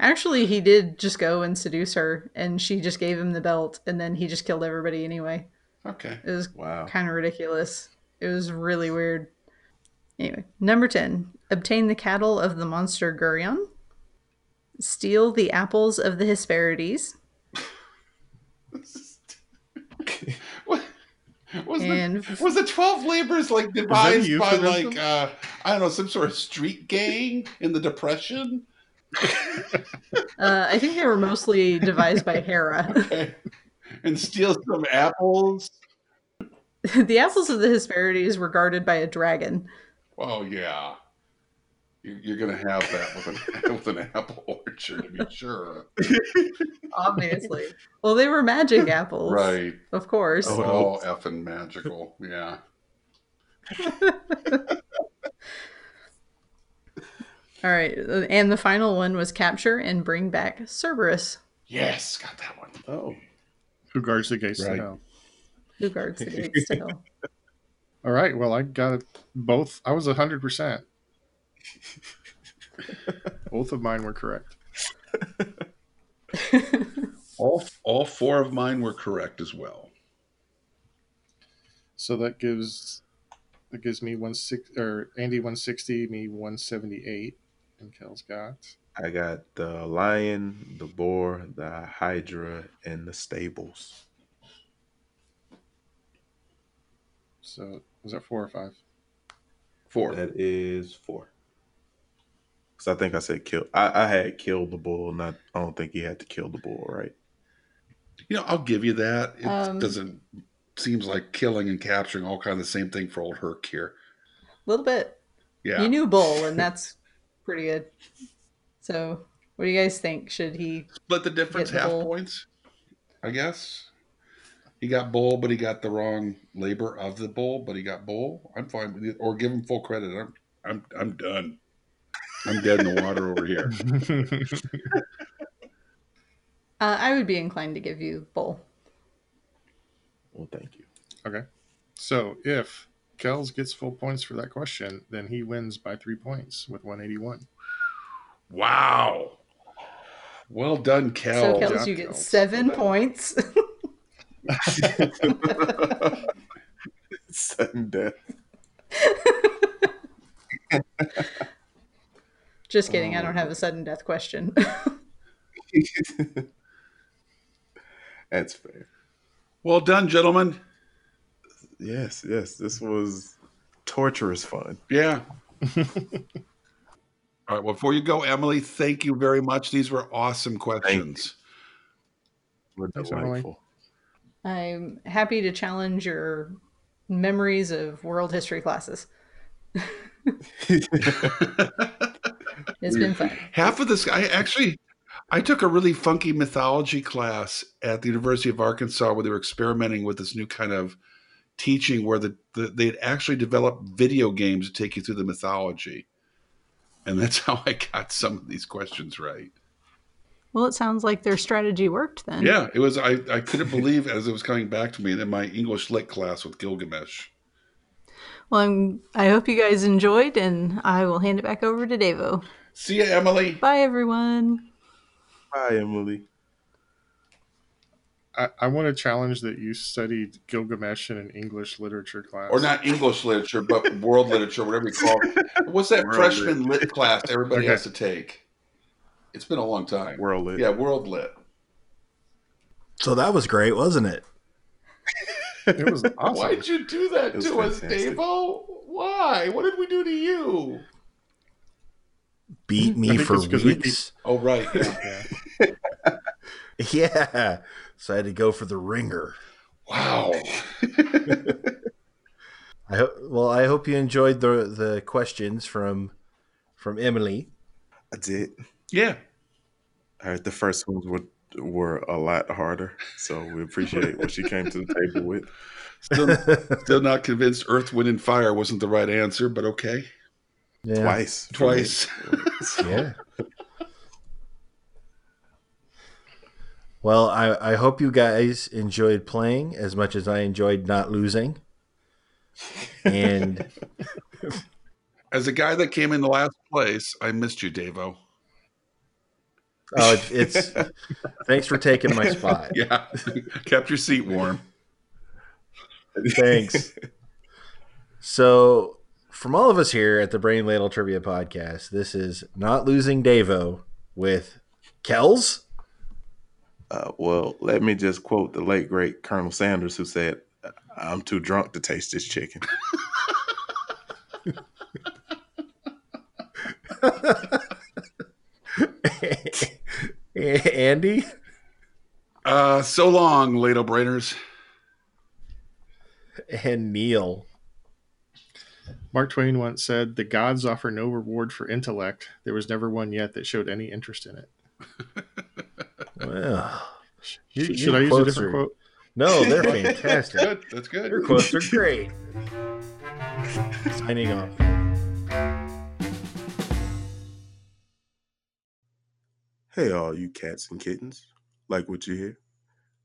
Speaker 4: Actually, he did just go and seduce her, and she just gave him the belt, and then he just killed everybody anyway.
Speaker 3: Okay.
Speaker 4: It was
Speaker 5: wow.
Speaker 4: kind of ridiculous. It was really weird. Anyway, number 10 obtain the cattle of the monster Gurion, steal the apples of the Hesperides,
Speaker 3: What- Was the,
Speaker 4: and
Speaker 3: was the twelve labors like devised by
Speaker 2: euphemism?
Speaker 3: like uh, I don't know some sort of street gang in the depression?
Speaker 4: uh, I think they were mostly devised by Hera.
Speaker 3: and steal some apples.
Speaker 4: the Apples of the Hesperides were guarded by a dragon.
Speaker 3: Oh yeah, you, you're gonna have that with an with an apple orchard to be sure,
Speaker 4: Obviously. well, they were magic apples.
Speaker 3: right?
Speaker 4: Of course.
Speaker 3: So oh, effing magical, yeah.
Speaker 4: All right. And the final one was capture and bring back Cerberus,
Speaker 3: Yes, got that one.
Speaker 5: Oh,
Speaker 2: Who guards the gates to
Speaker 5: Right.
Speaker 2: hell?
Speaker 4: who guards the gates to hell.
Speaker 2: All right. Well, I got it both. I was 100%. both of mine were correct.
Speaker 3: All all four of mine were correct as well.
Speaker 2: So that gives that gives me 160 or Andy 160, me 178, and Kel's got.
Speaker 5: I got the lion, the boar, the hydra, and the stables.
Speaker 2: So was that four or five?
Speaker 3: Four.
Speaker 5: That is four. Because I think I said kill. I, I had killed the bull. Not. I don't think he had to kill the bull, right?
Speaker 3: You know, I'll give you that. It
Speaker 4: Um,
Speaker 3: doesn't seems like killing and capturing all kind of the same thing for old Herc here.
Speaker 4: A little bit.
Speaker 3: Yeah.
Speaker 4: You knew Bull, and that's pretty good. So, what do you guys think? Should he?
Speaker 3: Split the difference
Speaker 4: Get the
Speaker 3: half
Speaker 4: bull.
Speaker 3: points, I guess. He got bull, but he got the wrong labor of the bull, but he got bull. I'm fine with it. Or give him full credit. I'm I'm I'm done. I'm dead in the water over here.
Speaker 4: Uh, I would be inclined to give you Bull.
Speaker 5: Well, thank you.
Speaker 2: so if Kells gets full points for that question, then he wins by three points with 181.
Speaker 3: Wow. Well done, Kel.
Speaker 4: so, Kels, you
Speaker 2: yeah,
Speaker 4: get
Speaker 2: Kels.
Speaker 4: seven points.
Speaker 5: Sudden death.
Speaker 4: Just kidding. I
Speaker 3: Oh.
Speaker 4: don't have a sudden death question.
Speaker 5: That's fair.
Speaker 3: well done, gentlemen.
Speaker 5: Yes, yes. This was torturous fun.
Speaker 3: Yeah. All right. Well, before you go, Emily, thank you very much. These were awesome questions.
Speaker 5: We're
Speaker 2: Thanks, Emily.
Speaker 5: delightful.
Speaker 4: I'm happy to challenge your memories of world history classes. It's been fun.
Speaker 3: Half of this, I actually, I took a really funky mythology class at the University of Arkansas where they were experimenting with this new kind of teaching where the, the they had actually developed video games to take you through the mythology. And that's how I got some of these questions right.
Speaker 4: Well, it sounds like their strategy worked then.
Speaker 3: Yeah, it was. I, I couldn't believe as it was coming back to me in my English lit class with Gilgamesh.
Speaker 4: Well, I'm, I hope you guys enjoyed, and I will hand it back over to Davo.
Speaker 3: See ya, Emily.
Speaker 4: Bye, everyone.
Speaker 5: Bye, Emily.
Speaker 2: I, I want to challenge that you studied Gilgamesh in an English literature class.
Speaker 3: or not English literature, but world literature, whatever you call it. What's that
Speaker 5: World
Speaker 3: freshman lit class everybody
Speaker 2: Okay.
Speaker 3: has to take? It's been a long time.
Speaker 5: World lit.
Speaker 3: Yeah, world lit.
Speaker 1: So that was great, wasn't it?
Speaker 2: It was
Speaker 3: Why
Speaker 2: awesome.
Speaker 3: did you do that
Speaker 5: It was
Speaker 3: to us,
Speaker 5: fantastic.
Speaker 3: Davo? Why? What did we do to you?
Speaker 1: Beat
Speaker 2: I
Speaker 1: me
Speaker 2: think
Speaker 1: for
Speaker 2: it's 'cause we
Speaker 1: weeks.
Speaker 3: Oh, right. yeah.
Speaker 2: Yeah.
Speaker 1: Yeah. So I had to go for the ringer.
Speaker 3: wow.
Speaker 1: I ho- well, I hope you enjoyed the the questions from from Emily.
Speaker 5: I did.
Speaker 3: Yeah.
Speaker 5: All right, the first ones were were a lot harder, so we appreciate what she came to the table with.
Speaker 3: Still, still not convinced Earth, Wind, and Fire wasn't the right answer, but okay.
Speaker 1: Yeah.
Speaker 5: Twice, for me.
Speaker 3: Twice.
Speaker 1: Yeah. well, I, I hope you guys enjoyed playing as much as I enjoyed not losing. And
Speaker 3: As a guy that came in the last place, I missed you, Davo.
Speaker 1: oh, it, it's thanks for taking my spot.
Speaker 3: Yeah. Kept your seat warm.
Speaker 1: Thanks. So, from all of us here at the Brain Ladle Trivia Podcast, this is not losing Davo with Kells.
Speaker 5: Uh, well, let me just quote the late great Colonel Sanders, who said, "I'm too drunk to taste this chicken."
Speaker 1: Andy
Speaker 3: Uh, so long, Lado Brainers.
Speaker 1: and Neil.
Speaker 2: Mark Twain once said, The gods offer no reward for intellect. There was never one yet that showed any interest in it.
Speaker 1: Well,
Speaker 2: Sh- Should,
Speaker 1: Your
Speaker 2: I use a
Speaker 1: quotes
Speaker 2: different
Speaker 1: are-
Speaker 2: quote?
Speaker 1: no, they're fantastic.
Speaker 3: Good. That's good.
Speaker 1: Your quotes are great. Signing off.
Speaker 5: Hey, all you cats and kittens. Like what you hear?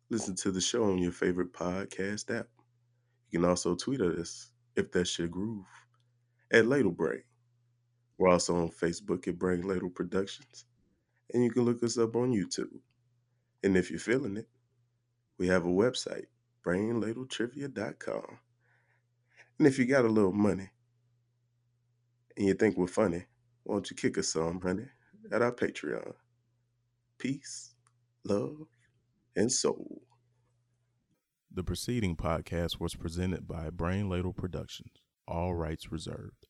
Speaker 5: Listen to the show on your favorite podcast app. You can also tweet at us if that's your groove at Ladle Brain. We're also on Facebook at Brain Ladle Productions, and you can look us up on YouTube. And if you're feeling it, we have a website, brainladletrivia.com. And if you got a little money and you think we're funny, why don't you kick us some, honey, at our Patreon peace, love, and soul. The preceding podcast was presented by Brain Ladle Productions, all rights reserved.